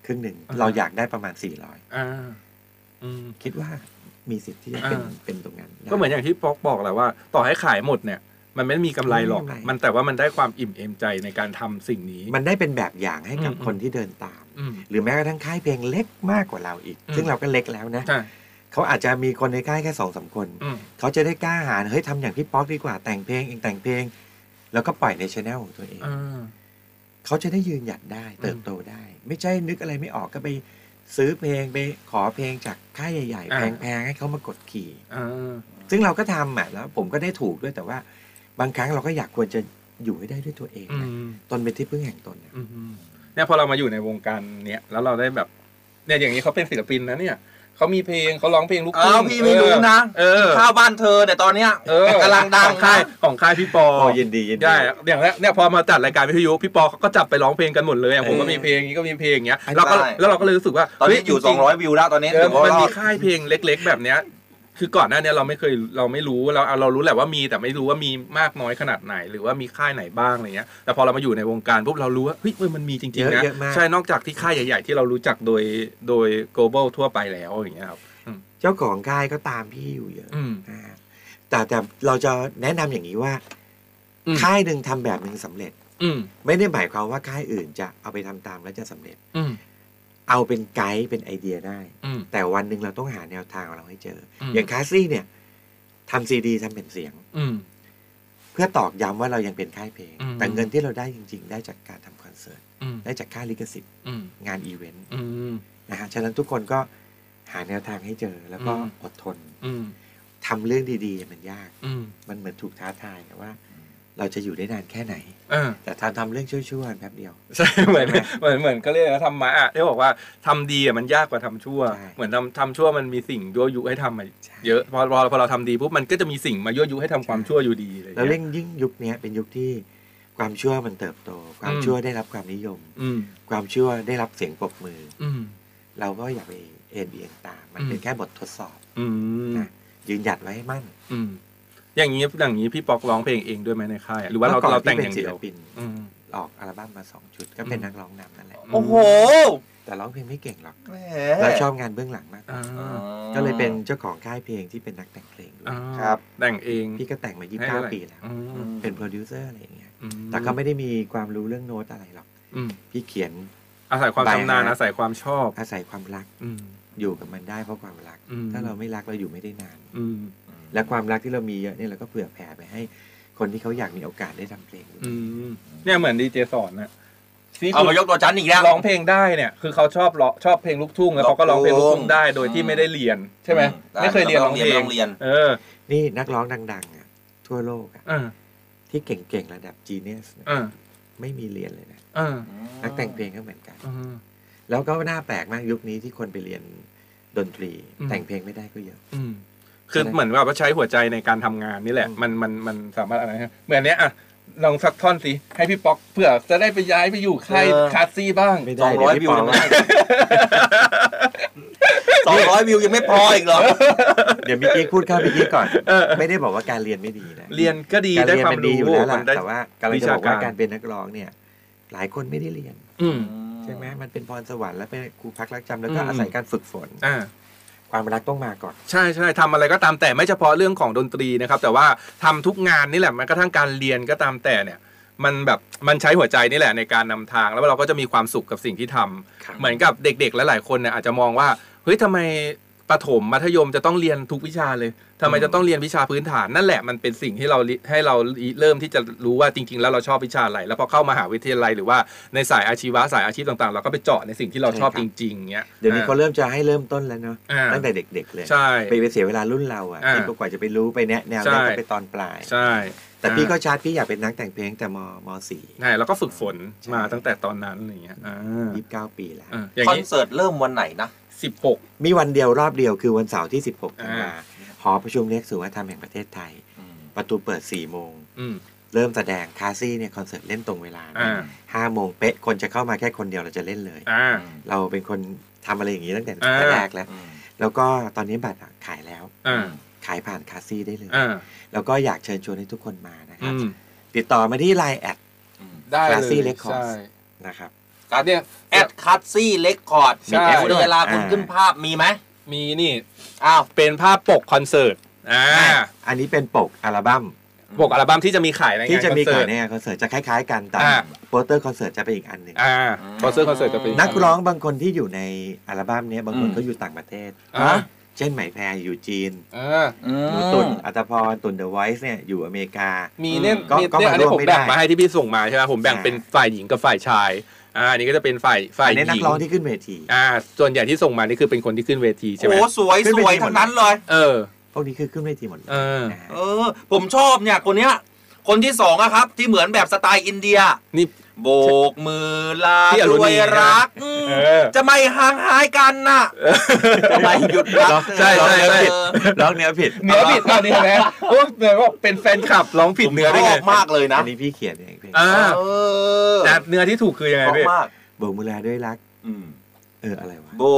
S7: ครึ่งหนึ่ง
S3: อ่า
S7: เราอยากได้ประมาณ
S3: อ่าอืม
S7: 400 คิดว่ามีสิทธิ์ที่จะเป็น
S3: อ่า
S7: เป็นตรงนั้นได้
S3: ก็เหมือนอย่างที่ป๊อกบอกแหละว่า ต่อให้ขายหมดเนี่ย มันไม่มีกำไรหรอก
S7: ไม่มีกำไร
S3: มันแต่ว่ามันได้ความอิ่มเอมใจในการทำสิ่งนี้
S7: มันได้เป็นแบบอย่างให้กับ
S3: อืม
S7: คนที่เดินตาม
S3: อืม
S7: หรือแม้กระทั่งค่ายเพลงเล็กมากกว่าเราอีก
S3: อืม
S7: ซึ่งเราก็เล็กแล้วนะ
S3: ใช่
S7: เขาอาจจะมีคนในค่ายแค่สองสามคน
S3: อืม
S7: เขาจะได้กล้าหาญเฮ้ยทำอย่างพี่ป๊อกดีกว่าแต่งเพลงเองแต่งเพลง แล้วก็ปล่อยในช anel ของตัวเอง เขาจะได้ยืนหยัดได้เติบโตได้ ไม่ใช่นึกอะไรไม่ออกก็ไปซื้อเพลงไปขอเพลงจากค่ายใหญ่ๆ
S3: อ่า
S7: แพงๆให้เขามากดขี่
S3: อ่า
S7: ซึ่งเราก็ทำอ่ะแล้วผมก็ได้ถูกด้วยแต่ว่า บางครั้งเราก็อยากควรจะอยู่ให้ได้ด้วยตัวเองนะ
S3: อืม
S7: ตนเป็นที่พึ่งแห่งตนนะ
S3: เนี่ยพอเรามาอยู่ในวงการเนี้ยแล้วเราได้แบบเนี่ยอย่างนี้เขาเป็นศิลปินนะเนี่ยเขามีเพลงเขาร้องเพลงลูก
S2: อ้าวพี่ไม่รู้นะกินข้าวบ้านเธอเนี่ยตอนเนี้ยกำลังดัง
S3: ของค่ายของค่ายพี่ปอ
S7: โอ้ยินดียินดี
S3: ได้อย่างเนี้ยเนี่ยพอมาจัดรายการวิทยุพี่ปอเขาก็จับไปร้องเพลงกันหมดเลยอย่างผมก็มีเพลงนี้ก็มีเพลงอย่างเงี้ย
S2: ไม่ได้
S3: เราก็แล้วเราก็เลยรู้สึกว่า
S2: ตอนนี้
S3: เฮ้
S2: อยู่
S3: จริงๆ
S2: 200 วิวแล้วตอนนี้
S3: เออ
S2: ถือว่า
S3: มัน
S2: รอ
S3: มี
S2: ด
S3: ค่ายเพลงเล็ก ๆ แบบเนี้ย คือก่อนหน้าเนี้ยเราไม่เคยเราไม่รู้เราเรารู้แหละว่ามีแต่ไม่รู้ว่ามีมากน้อยขนาดไหน หรือว่ามีค่ายไหนบ้างอะไรเงี้ย แต่พอเรามาอยู่ในวงการปุ๊บเรารู้ว่าเฮ้ยเว้ยมันมีจริงๆนะ
S7: เยอะมาก
S3: ใช่นอกจากที่ค่ายใหญ่ ๆ ที่เรารู้จักโดยโดย global ทั่วไปแล้วอย่างเงี้ยครับ
S7: เจ้าของค่ายก็ตามพี่อยู่เยอะ
S3: อืม
S7: นะฮะแต่แต่เราจะแนะนำอย่างนี้ว่า
S3: อืม
S7: ค่ายหนึ่งทำแบบหนึ่งสำเร็จ
S3: อืม
S7: ไม่ได้หมายความว่าค่ายอื่นจะเอาไปทำตามแล้วจะสำเร็จ
S3: อืม
S7: เอาเป็นไกด์เป็นไอเดียได้
S3: อืม
S7: แต่วันหนึ่งเราต้องหาแนวทางของเราให้เจออ
S3: ม
S7: อย่างคาซี่เนี่ยทำซีดีทำเป็นเสียง
S3: อืม
S7: เพื่อตอกย้ำว่าเรายังเป็นค่ายเพลง
S3: อืม
S7: แต่เงินที่เราได้จริง ๆ ได้จากการทำคอนเสิร์ต
S3: อืม
S7: ได้จากค่าลิขสิทธิ์
S3: อืม
S7: งานอีเวนต์
S3: อืม
S7: นะฮะฉะนั้นทุกคนก็หาแนวทางให้เจอแล้วก็
S3: อืม
S7: อดทน
S3: อืม
S7: ทำเรื่องดีๆมันยาก
S3: อืม
S7: มันเหมือนถูกท้าทายนะว่า เราจะอยู่ได้นานแค่ไหน
S3: เออ
S7: แต่ทำทำเรื่องชั่วๆแป๊บเดียว
S3: ใช่เหมือน
S7: ใช่ไหม
S3: เหมือนเหมือนก็เรียกว่าทำมาอ่ะที่บอกว่าทำดีอ่ะมันยากกว่าทำชั่ว
S7: ใช่
S3: เหมือนทำทำชั่วมันมีสิ่งยั่วยุให้ทำมาเยอะพอพอพอเราทำดีปุ๊บมันก็จะมีสิ่งมายั่วยุให้ทำความ
S7: ใช่
S3: ชั่วอยู่ดีอะไร
S7: แล้ว
S3: เงี้
S7: เร่
S3: ย
S7: งยิ่งยุคเนี้ยเป็นยุคที่ความชั่วมันเติบโต ความ
S3: อืม
S7: ชั่วได้รับความนิยม
S3: อืม
S7: ความชั่วได้รับเสียงปรบมือ
S3: อืม
S7: เราก็อย่าไปเอ็นเอียงตาม มัน
S3: อืม
S7: เป็นแค่บททดสอบ
S3: อืม
S7: ยืนหยัดไว้ให้มั่น
S3: อืมอย่างนี้อย่างนี้พี่ปอกร้องเพลงเองด้วยไหมในค่ายอ่ะหรือว่าเรา
S7: มื่ก่น
S3: เราแต่งอ
S7: พี่ป็น
S3: ย่าง
S7: ศิ
S3: เดี
S7: ล
S3: ยว
S7: ปิน
S3: อืม
S7: ออกอัลบั้มมาสองชุด ก็
S3: อืม
S7: เป็นนักร้องนำนั่นแหละ
S2: โอ้โห
S7: แต่ร้องเพลงไม่เก่งหรอก
S2: แหม
S7: เราชอบงานเบื้องหลังมากกว่า
S3: อ่า
S7: ก็เลยเป็นเจ้าของค่ายเพลงที่เป็นนักแต่งเพลงด้วย
S3: อ่า
S2: ครับ
S3: แต่งเอง
S7: พี่ก็แต่งมา
S3: ให้อะไ
S7: 29ปีแล้ว
S3: อืม
S7: เป็นโปรดิวเซอร์อะไรอย่างเงี้ย
S3: อื
S7: แต่ก็ไม่ได้มีความรู้เรื่องโน้ตอะไรหรอก
S3: อืม
S7: พี่เขียน
S3: อาศัยความชำนาญอาศัยความชอบ
S7: อาศัยความรัก
S3: อืม
S7: อยู่กับมันได้เพราะความรัก
S3: อืม
S7: ถ้าเราไม่รักเราอยู่ไม่ได้นาน
S3: อืม
S7: และความรักที่เรามีเยอะเนี่ยเราก็เผื่อแผ่ไปให้ คนที่เขาอยากมีโอกาสได้ทำเพลงด้วย
S3: อืมเนี่ยเหมือนดีเจสอนนะนี่
S2: เอา
S3: คือ
S2: มายกตัวจันอีกแล้ว
S3: ร้องเพลงได้เนี่ยคือเขาชอบร้องชอบเพลงลูกทุ่งแล้วเขาก็ร้องเพลงลูกทุ่งได้โดยที่ไม่ได้เรียนใช่ไหม
S2: อืม
S3: ไม่เคยเรียน
S2: ไม่
S3: ร้
S2: ต้องง
S3: อเพล
S2: เรียนไม่
S3: ง
S2: ต้องเรียน
S3: เออ
S7: นี่นักร้องดังๆอะทั่วโลกอะ
S3: เออ
S7: ที่เก่งๆระดับจีเนียส
S3: เออ
S7: ไม่มีเรียนเลยนะ
S3: เออ
S7: นักแต่งเพลงก็เหมือนกัน
S3: เออ
S7: แล้วก็น่าแปลกมากยุคนี้ที่คนไปเรียนดนตรี
S3: อืม
S7: แต่งเพลงไม่ได้ก็เยอะ
S3: อืมคือเหมือนแบบว่าใช้หัวใจในการทำงานนี่แหละ มันมันมันสามารถอะไรนะเหมือนเนี้ยอ่ะลองสักท่อนสิให้พี่ป๊อกเผื่อจะได้ไปย้ายไปอยู่ค่าย
S2: เออ
S3: คาสซี่บ้าง
S7: ไม่
S2: ส
S7: ได้
S2: อง
S7: เดี๋
S2: ร้อ
S7: ยวย พี่
S2: วิว
S7: ปอ
S2: ยัง
S7: ง
S2: ไม่ได้สองร้อยวิวยังไม่พออีกเหรอ
S7: เดี๋ยวมิกกี้พูดเข้ามิกกี้ก่อน ไม่ได้บอกว่าการเรียนไม่ดีนะ
S3: เรียนก็ดี
S7: การ
S3: ได้
S7: เรียน
S3: ควา
S7: มั
S3: ม
S7: นดี
S3: รู้
S7: อยู่
S3: มั
S7: แล้วล่ะ
S3: นได้
S7: แต่ว่ากำลังจะบอ
S3: วิ
S7: กว่า
S3: ชาการ
S7: การเป็นนักร้องเนี่ย หลายคนไม่ได้เรียน
S3: อืม
S7: ใช่ไหมมันเป็นพรสวรรค์และเป็นครูพักรักจำแล้วก็
S3: อืม
S7: อาศัยการฝึกฝน
S3: อ่า
S7: ความรักต้องมาก่อน
S3: ใช่ใช่ทำอะไรก็ตามแต่ไม่เฉพาะเรื่องของดนตรีนะครับ แต่ว่าทำทุกงานนี่แหละแม้กระทั่งการเรียนก็ตามแต่เนี่ย มันแบบมันใช้หัวใจนี่แหละในการนำทาง แล้วเราก็จะมีความสุขกับสิ่งที่ทำเหมือนกับเด็กๆ หลายๆคนเนี่ยอาจจะมองว่าเฮ้ยทำไมประถมมัธยมจะต้องเรียนทุกวิชาเลยทำไมจะต้องเรียนวิชาพื้นฐานนั่นแหละมันเป็นสิ่งที่เราให้เราเริ่มที่จะรู้ว่าจริง ๆ แล้วเราชอบวิชาอะไรแล้วพอเข้ามหาวิทยาลัยหรือว่าในสายอาชีวะสายอาชีพต่างๆ เราก็ไปเจาะในสิ่งที่เราชอบจริงๆเงี้ย
S7: เดี๋ยวนี้เขาเริ่มจะให้เริ่มต้นแล้วเนาะ
S3: อ่า
S7: ตั้งแต่เด็ก ๆ เลย
S3: ใช่
S7: ไปไปเสียเวลารุ่นเราอ่ะ
S3: อ่า
S7: ที่กว่าจะไปรู้ไปแนะแนว
S3: ใช่
S7: ได้ก็ไปตอนปลาย
S3: ใช่
S7: แต่พี่
S3: อ่า
S7: ก็ชาร์จพี่อยากเป็นนักแต่งเพลงแต่มมสี่
S3: ใช่แล้วก็ฝึกฝนมาตั้งแต่ตอนนั้นอะไรอย่างเงี้ยอ่า
S7: ยี่สิบเก้าปีแล้ว
S3: อ่าอย่าง
S2: คอน
S3: นี้
S2: เสิร์ตเริ่มวันไหนนะ
S3: สิบหก
S7: มีวันเดียวรอบเดียวคือวันเสาร์ที่ 16ธันวา
S3: อ่า
S7: หอประชุมเล็กสุวัฒนธรรมแห่งประเทศไทย ประตูเปิด4โมง
S3: อืม
S7: เริ่มแสดงคาซี่เนี่ยคอนเสิร์ตเล่นตรงเวลานะ
S3: อ่า
S7: ห้าโมงเป๊ะคนจะเข้ามาแค่คนเดียวเราจะเล่นเลย
S3: อ่า
S7: เราเป็นคนทำอะไรอย่างนี้ตั้งแต่
S3: อ่า
S7: แรกแล้ว แล้วก็ตอนนี้บัตรอะขายแล้ว
S3: อ่า
S7: ขายผ่านคาซี่ได้เลย
S3: อ่า
S7: แล้วก็อยากเชิญชวนให้ทุกคนมานะค
S3: อื
S7: รับ
S3: ม
S7: ติดต่อมาที่ Line แอด
S3: ได้เลย
S7: Classy Records
S3: ใช่
S7: นะครับ
S3: การเนี่ย
S2: แอดคัตซี่เล็กคอร์ด
S3: ใช่
S2: มีแอดด้วยเวลาคุณ
S7: อ่า
S2: ขึ้นภาพมีไหม
S3: มีนี่
S2: อ้าว
S3: เป็นภาพปกคอนเสิร์ตอ่า
S7: อันนี้เป็นปกอัลบั้ม
S3: ปกอัลบั้มที่จะมีขายในงาน
S7: ที่จะมี
S3: คอนเสิร์ต
S7: ขายในงานคอนเสิร์ตจะคล้ายๆ กันแต่
S3: อ่า
S7: โปสเตอร์คอนเสิร์ตจะเป็นอีกอันหนึ่ง
S3: อ่าคอนเสิร์ตคอนเสิร์ตจะเป็น
S7: นักร้องบางคนที่อยู่ในอัลบั้มเนี้ยบางคน
S2: อืม
S7: เขาอยู่ต่างประเทศ
S3: อ่า
S7: เช่นไหมแพรอยู่จีน
S3: อืม
S7: ตุนอัตพรตุนเดอะไวส์เนี่ยอยู่อเมริกา
S3: มีเนี่ย
S7: ก็
S3: มี
S7: ก็
S3: เนี่ย
S7: มา
S3: อัน
S7: ร่
S3: นี้
S7: วม
S3: ผม
S7: ไม่
S3: แบ่ง
S7: ได้
S3: มาให้ที่พี่ส่งมาใช่ไหมผมแบ่งเป็นฝ่ายหญิงกับฝ่ายชาย อ่าอันนี้ก็จะเป็นฝ่ายฝ่ายห
S7: อันนี้
S3: ญิง
S7: นักร้องที่ขึ้นเวที
S3: อ่า ส่วนใหญ่ที่ส่งมานี่คือเป็นคนที่ขึ้นเวทีใช่ไหม
S2: โอ้สวยสวยทั้งนั้นเลย
S3: เออ
S7: พวกนี้คือขึ้นเวทีหมด
S3: เออ
S2: เออ ผมชอบเนี่ย คนเนี้ย คนที่สองอะครับ ที่เหมือนแบบสไตล์อินเดีย
S3: นี่
S2: โบกมือลา
S3: พี่อรุ
S2: ด้
S3: ณี
S2: วยรักอืม
S3: เออ
S2: จะไม่ห่างหายกันน่ะ
S7: ทำไมหยุดร้อง
S3: ใช่ใช่ใช่
S7: ร้องเนื้อผิด
S3: เนื้อผิดเอาเนื้อแล้โอ้เนื้อก็เป็นแฟนคลับร้องผิดเนื้อได้ไง
S7: มากเลยนะอันนี้พี่เขียนเองเพลง
S3: อ่า
S2: อ
S3: แต่เนื้อที่ถูกคือยังไงพี่
S2: เพราะมาก
S7: โบกมือลาด้วยรักเอออะไรวะ
S2: โบก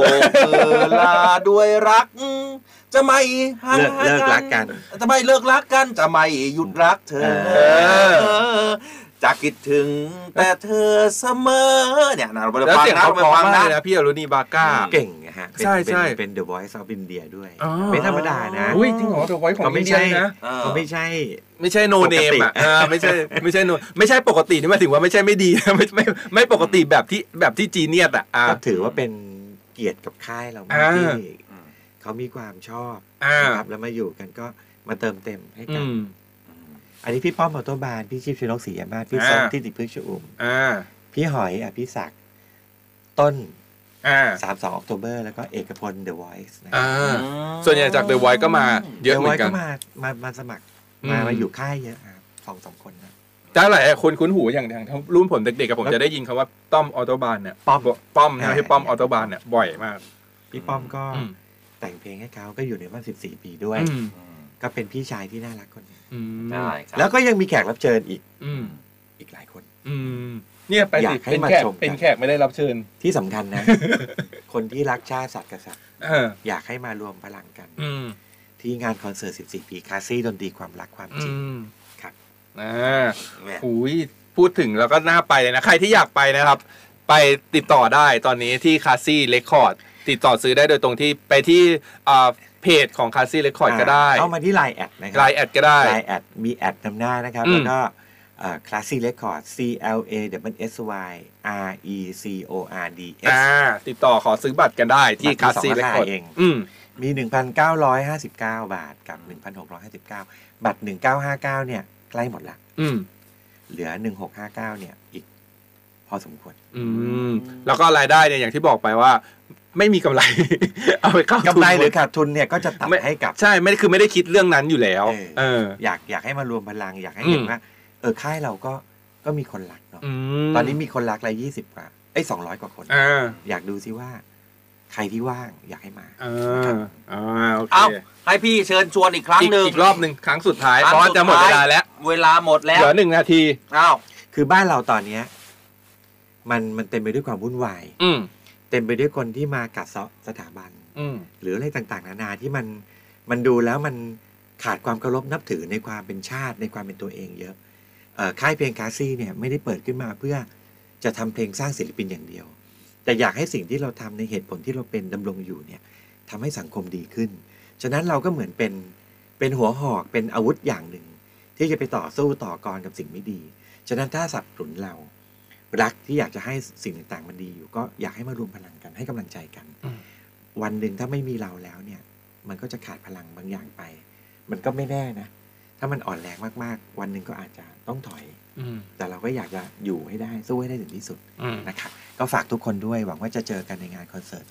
S2: มือลาด้วยรักอืมจะไม่ห่างหา
S7: เลิก
S2: ย
S7: เลิกรักกัน
S2: จะไม่เลิกรักกัน จะไม่หยุดรักเธอ
S7: เออ
S2: จะคิดถึงแต่เธอเสมอเนี่ยนะเราไป
S3: แล้ว
S2: ฟัง
S3: เสียง
S2: นะ
S3: เขา
S2: เราไป
S3: เพราะ
S2: ฟัง
S3: มา
S2: นะ
S3: กเลยนะพี่อรุณีบาก้า
S7: เก่งอะฮะเป็น
S3: ใช่ใช่
S7: เป็นเป็นเดอะไวส์ซาวอินเดียด้วยไม่ธรรมดานะ
S3: อุ้ยจริงเหรอเดอะไวท์ของ
S7: เขา
S3: อิ
S7: ไม่
S3: นเดีย
S7: ใช่
S3: นะ
S7: เขาไม่ใช่
S3: ไม่ใช่โน
S7: ปก
S3: เน
S7: ติ
S3: มอ่ะเออไม่ใช่ไม่ใช่โนไม่ใช่ปกตินี่หมายถึงว่าไม่ใช่ไม่ดี นะไม่ไม่ไม่ปกติแบบที่แบบที่จีเนียสอ่ะอ่า
S7: ก็ถือว่าเป็นเกียรติกับค่ายเรามาก
S3: อ่า
S7: ที่เขามีความชอบ
S3: อ่าน
S7: นะครับแล้วมาอยู่กันก็มาเติมเต็มให้กั
S3: อื
S7: น
S3: ม
S7: อันนี้พี่ป้อมมอเตอร์บานพี่ชิพชนกศรีอำนาจพี่
S3: อ่า
S7: สมที่ติพฤกษ์ชอุ่ม
S3: อ่า
S7: พี่หอยอ่ะพี่ศักดิ์ต้น
S3: อ่า
S7: สามสองออกโทเบอร์แล้วก็เอกพลเดอะไวส์นะ
S3: อ่าส่วนใหญ่จากเดอะไวท์ก็มาเย
S7: เด
S3: อะ
S7: อะ
S3: เห
S7: ไว
S3: มือน
S7: ส์
S3: กัน
S7: ก็มามามาสมัคร
S3: อืม
S7: มามาอยู่ค่ายเยอะครับสองสามคนนะ
S3: แต่หลายคนคุ้นหูอย่างอย่างรุ่นผมเด็กๆกับผมจะได้ยินคำว่าต้อมออโตบานเนี่ยป้อมป้อมนะที่ป้อมออโตบานเนี่ยบ่อยมาก
S7: พี่ป้อมก็
S3: อืม
S7: แต่งเพลงให้เขาก็อยู่ในบ้าน14 ปีด้วย
S3: อืม
S7: ก็เป็นพี่ชายที่น่ารักคนหนึ่ง
S3: อืม
S7: แล้วก็ยังมีแขกรับเชิญอีก
S3: อืม
S7: อีกหลายคน
S3: อืมเนี่ยไป
S7: อยา
S3: สิ
S7: กให้
S3: เป็น
S7: มา
S3: แขก
S7: ชมกัน
S3: เป็นแขกไม่ได้รับเชิญ
S7: ที่สำคัญนะ คนที่รักชาติศาสตร์กษัตริย์
S3: เออ
S7: อยากให้มารวมพลังกัน
S3: อืม
S7: ที่งานคอนเสิร์ต 14 ปีคาซี่ดนตรีความรักความจริง
S3: อืม
S7: ครับ
S3: อ่าอุยพูดถึงแล้วก็น่าไปเลยนะ ใครที่อยากไปนะครับ ไปติดต่อได้ตอนนี้ที่คาซี่เ e คคอร์ดติดต่อซื้อได้โดยตรงที่ไปที่อ่าเพจของคาซี่เ e คคอร์ดก็ได้
S7: เข้ามาที่ไลน์แอดนะครั
S3: ไลน์แอดก็ได้
S7: ไลน์แอดมีแอดนำหน้านะครับ
S3: อืม
S7: แล้วก็คลาสซี่เรคคอร์ด C L A W S Y R E C O R D S
S3: อ่าติดต่อขอซื้อบัตรกันได้ที่
S7: บั
S3: คา
S7: ตรมี
S3: ซี่เ e
S7: สองรา
S3: ค
S7: คา
S3: คอร์ด
S7: เอง
S3: อืม
S7: มี 1,959 บาทกับ 1,659 บัตร 1959 เนี่ย ใกล้หมดละ
S3: อืม
S7: เหลือ 1659 เนี่ย อีก พอสมควร
S3: อืม แล้วก็รายได้เนี่ยอย่างที่บอกไปว่า ไม่มีกำไร เอาไปเข้าก
S7: ำไรหรือขาดทุนเนี่ย ก็จะตัดให้กับ
S3: ใช่ไม่ได้คือไม่ได้คิดเรื่องนั้นอยู่แล้ว เออ
S7: อยากอยากให้มารวมพลัง อยากให้เห็น
S3: อืม
S7: ว่า เออ ค่ายเราก็ ก็มีคนรักเนาะ
S3: อืม
S7: ตอนนี้มีคนรักละยี่สิบกว่า เอ้ยสองร้อยกว่าคน
S3: อ่า
S7: อยากดูซิว่า ใครที่ว่างอยากให้มา
S3: อ่าอ่าโอเค
S2: เอาให้พี่เชิญชวนอีกครั้งหนึ่ง
S3: อีกรอบหนึ่งครั้งสุดท้าย
S2: ครั้ง
S3: เพราะว่าจะหมดเวลาแล้ว
S2: เวลาหมดแล้ว
S3: เหลือหนึ่งนาที
S2: อ้าว
S7: คือบ้านเราตอนเนี้ย มัน มันเต็มไปด้วยความวุ่นวาย
S3: อืม
S7: เต็มไปด้วยคนที่มากัดเซาะสถาบัน
S3: อืม
S7: หรืออะไรต่างๆ นานาที่มันมันดูแล้วมันขาดความเคารพนับถือในความเป็นชาติในความเป็นตัวเองเยอะเอ่อค่ายเพลงคาซี่เนี่ยไม่ได้เปิดขึ้นมาเพื่อจะทำเพลงสร้างศิลปินอย่างเดียว แต่อยากให้สิ่งที่เราทำในเหตุผลที่เราเป็นดำรงอยู่เนี่ยทำให้สังคมดีขึ้น ฉะนั้นเราก็เหมือนเป็นเป็นหัวหอกเป็นอาวุธอย่างหนึ่ง ที่จะไปต่อสู้ต่อกรกับสิ่งไม่ดี ฉะนั้นถ้าสนับสนุนเรา รักที่อยากจะให้สิ่งต่างๆมันดีอยู่ก็อยากให้มารวมพลังกันให้กำลังใจกัน
S3: อืม
S7: วันหนึ่งถ้าไม่มีเราแล้วเนี่ย มันก็จะขาดพลังบางอย่างไป มันก็ไม่แน่นะ ถ้ามันอ่อนแรงมากๆ วันหนึ่งก็อาจจะต้องถอย
S3: อืม
S7: แต่เราก็อยากจะอยู่ให้ได้สู้ให้ได้ถึงที่สุด
S3: อืม
S7: นะครับก็ฝากทุกคนด้วยหวังว่าจะเจอกันในงานคอนเสิร์ต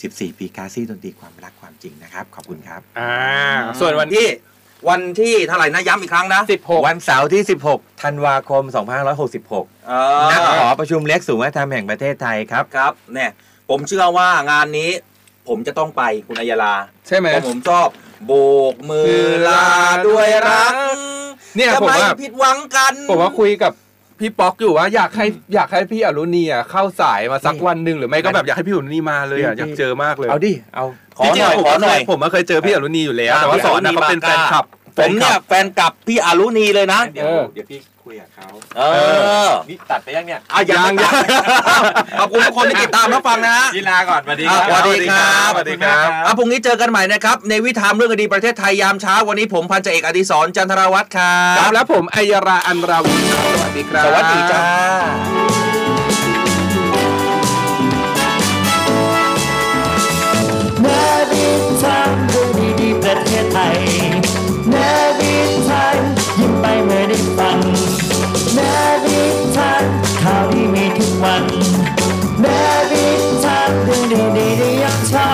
S7: 14 ปีกาซี่ดนตรีความรักความจริงนะครับ ขอบคุณครับ
S3: อ่า ส่วนวัน
S2: ที่ วันที่เท่าไหร่นะย้ำอีกครั้งนะ
S3: 16
S7: วันเสาร์ที่ 16 ธันวาคม 2566
S2: เออ
S7: นักขอประชุมเล็กสูงวัฒนธรรมแห่งประเทศไทยครับ
S2: ครับเนี่ยผมเชื่อว่างานนี้ ผมจะต้องไปคุณอัยยาลา
S3: ใช่ไหม
S2: เพราะผมชอบโบกมือลาด้วยรัก
S3: เนี่ย
S2: จะ
S3: ผม
S2: ไม่
S3: ว่า
S2: ผิดหวังกัน
S3: ผมว่าคุยกับพี่ป๊อกอยู่ว่าอยากให้อยากให้พี่อรุณีอ่ะเข้าสายมาสักวันหนึ่งหรือไม่ก็แบบอยากให้พี่อรุณีมาเลยอ่ะ
S7: พี่
S3: อยากเจอมากเลย
S7: เอาดิ เอา
S2: ขอหน่อย
S3: จ
S2: ข
S3: ริงๆผม
S2: อหน่อย
S3: ผมก็เคยเจอพี่อรุณีอยู่แล้ว แต่ว่าสอนนะเขาเป็นแฟนคลับ
S2: ผ
S3: แฟ
S2: ม
S3: นค
S2: เนี่
S3: ลั
S2: ย
S3: บ
S2: แฟนกับพี่อารุณีเลยนะ
S7: เดี๋ยว
S3: เออ
S7: เดี๋ยวพี่คุยกับเขา
S2: เออ
S7: นี่ตัดไปยังเนี่ย
S2: อ่ะยัง
S3: ยังยัง
S2: ขอบคุณทุกคนที่ติดตามรับฟังนะฮะ
S7: ทีลาก่อนสวัสดีค
S2: อ่ะ
S7: รับ
S2: สวัสดีครับ
S3: สวัสดีครับ
S2: อ่ะพรุ่งนี้เจอกันใหม่นะครับ ในวิถามเรื่องคดีประเทศไทยยามเช้า วันนี้ผมพันจ่าเอกอดิศรจันทรวัฒน์ครั
S3: ครับ บแล้วผมอัยยาราอันราวีครับสวัสดีครับ
S2: สวัสดีจ้า
S5: Never time วัน เนวิทามเรื่องดีๆได้ยามเช้า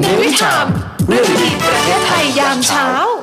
S12: ในวิชามเรื่องดีประเทศไทยยามเช้า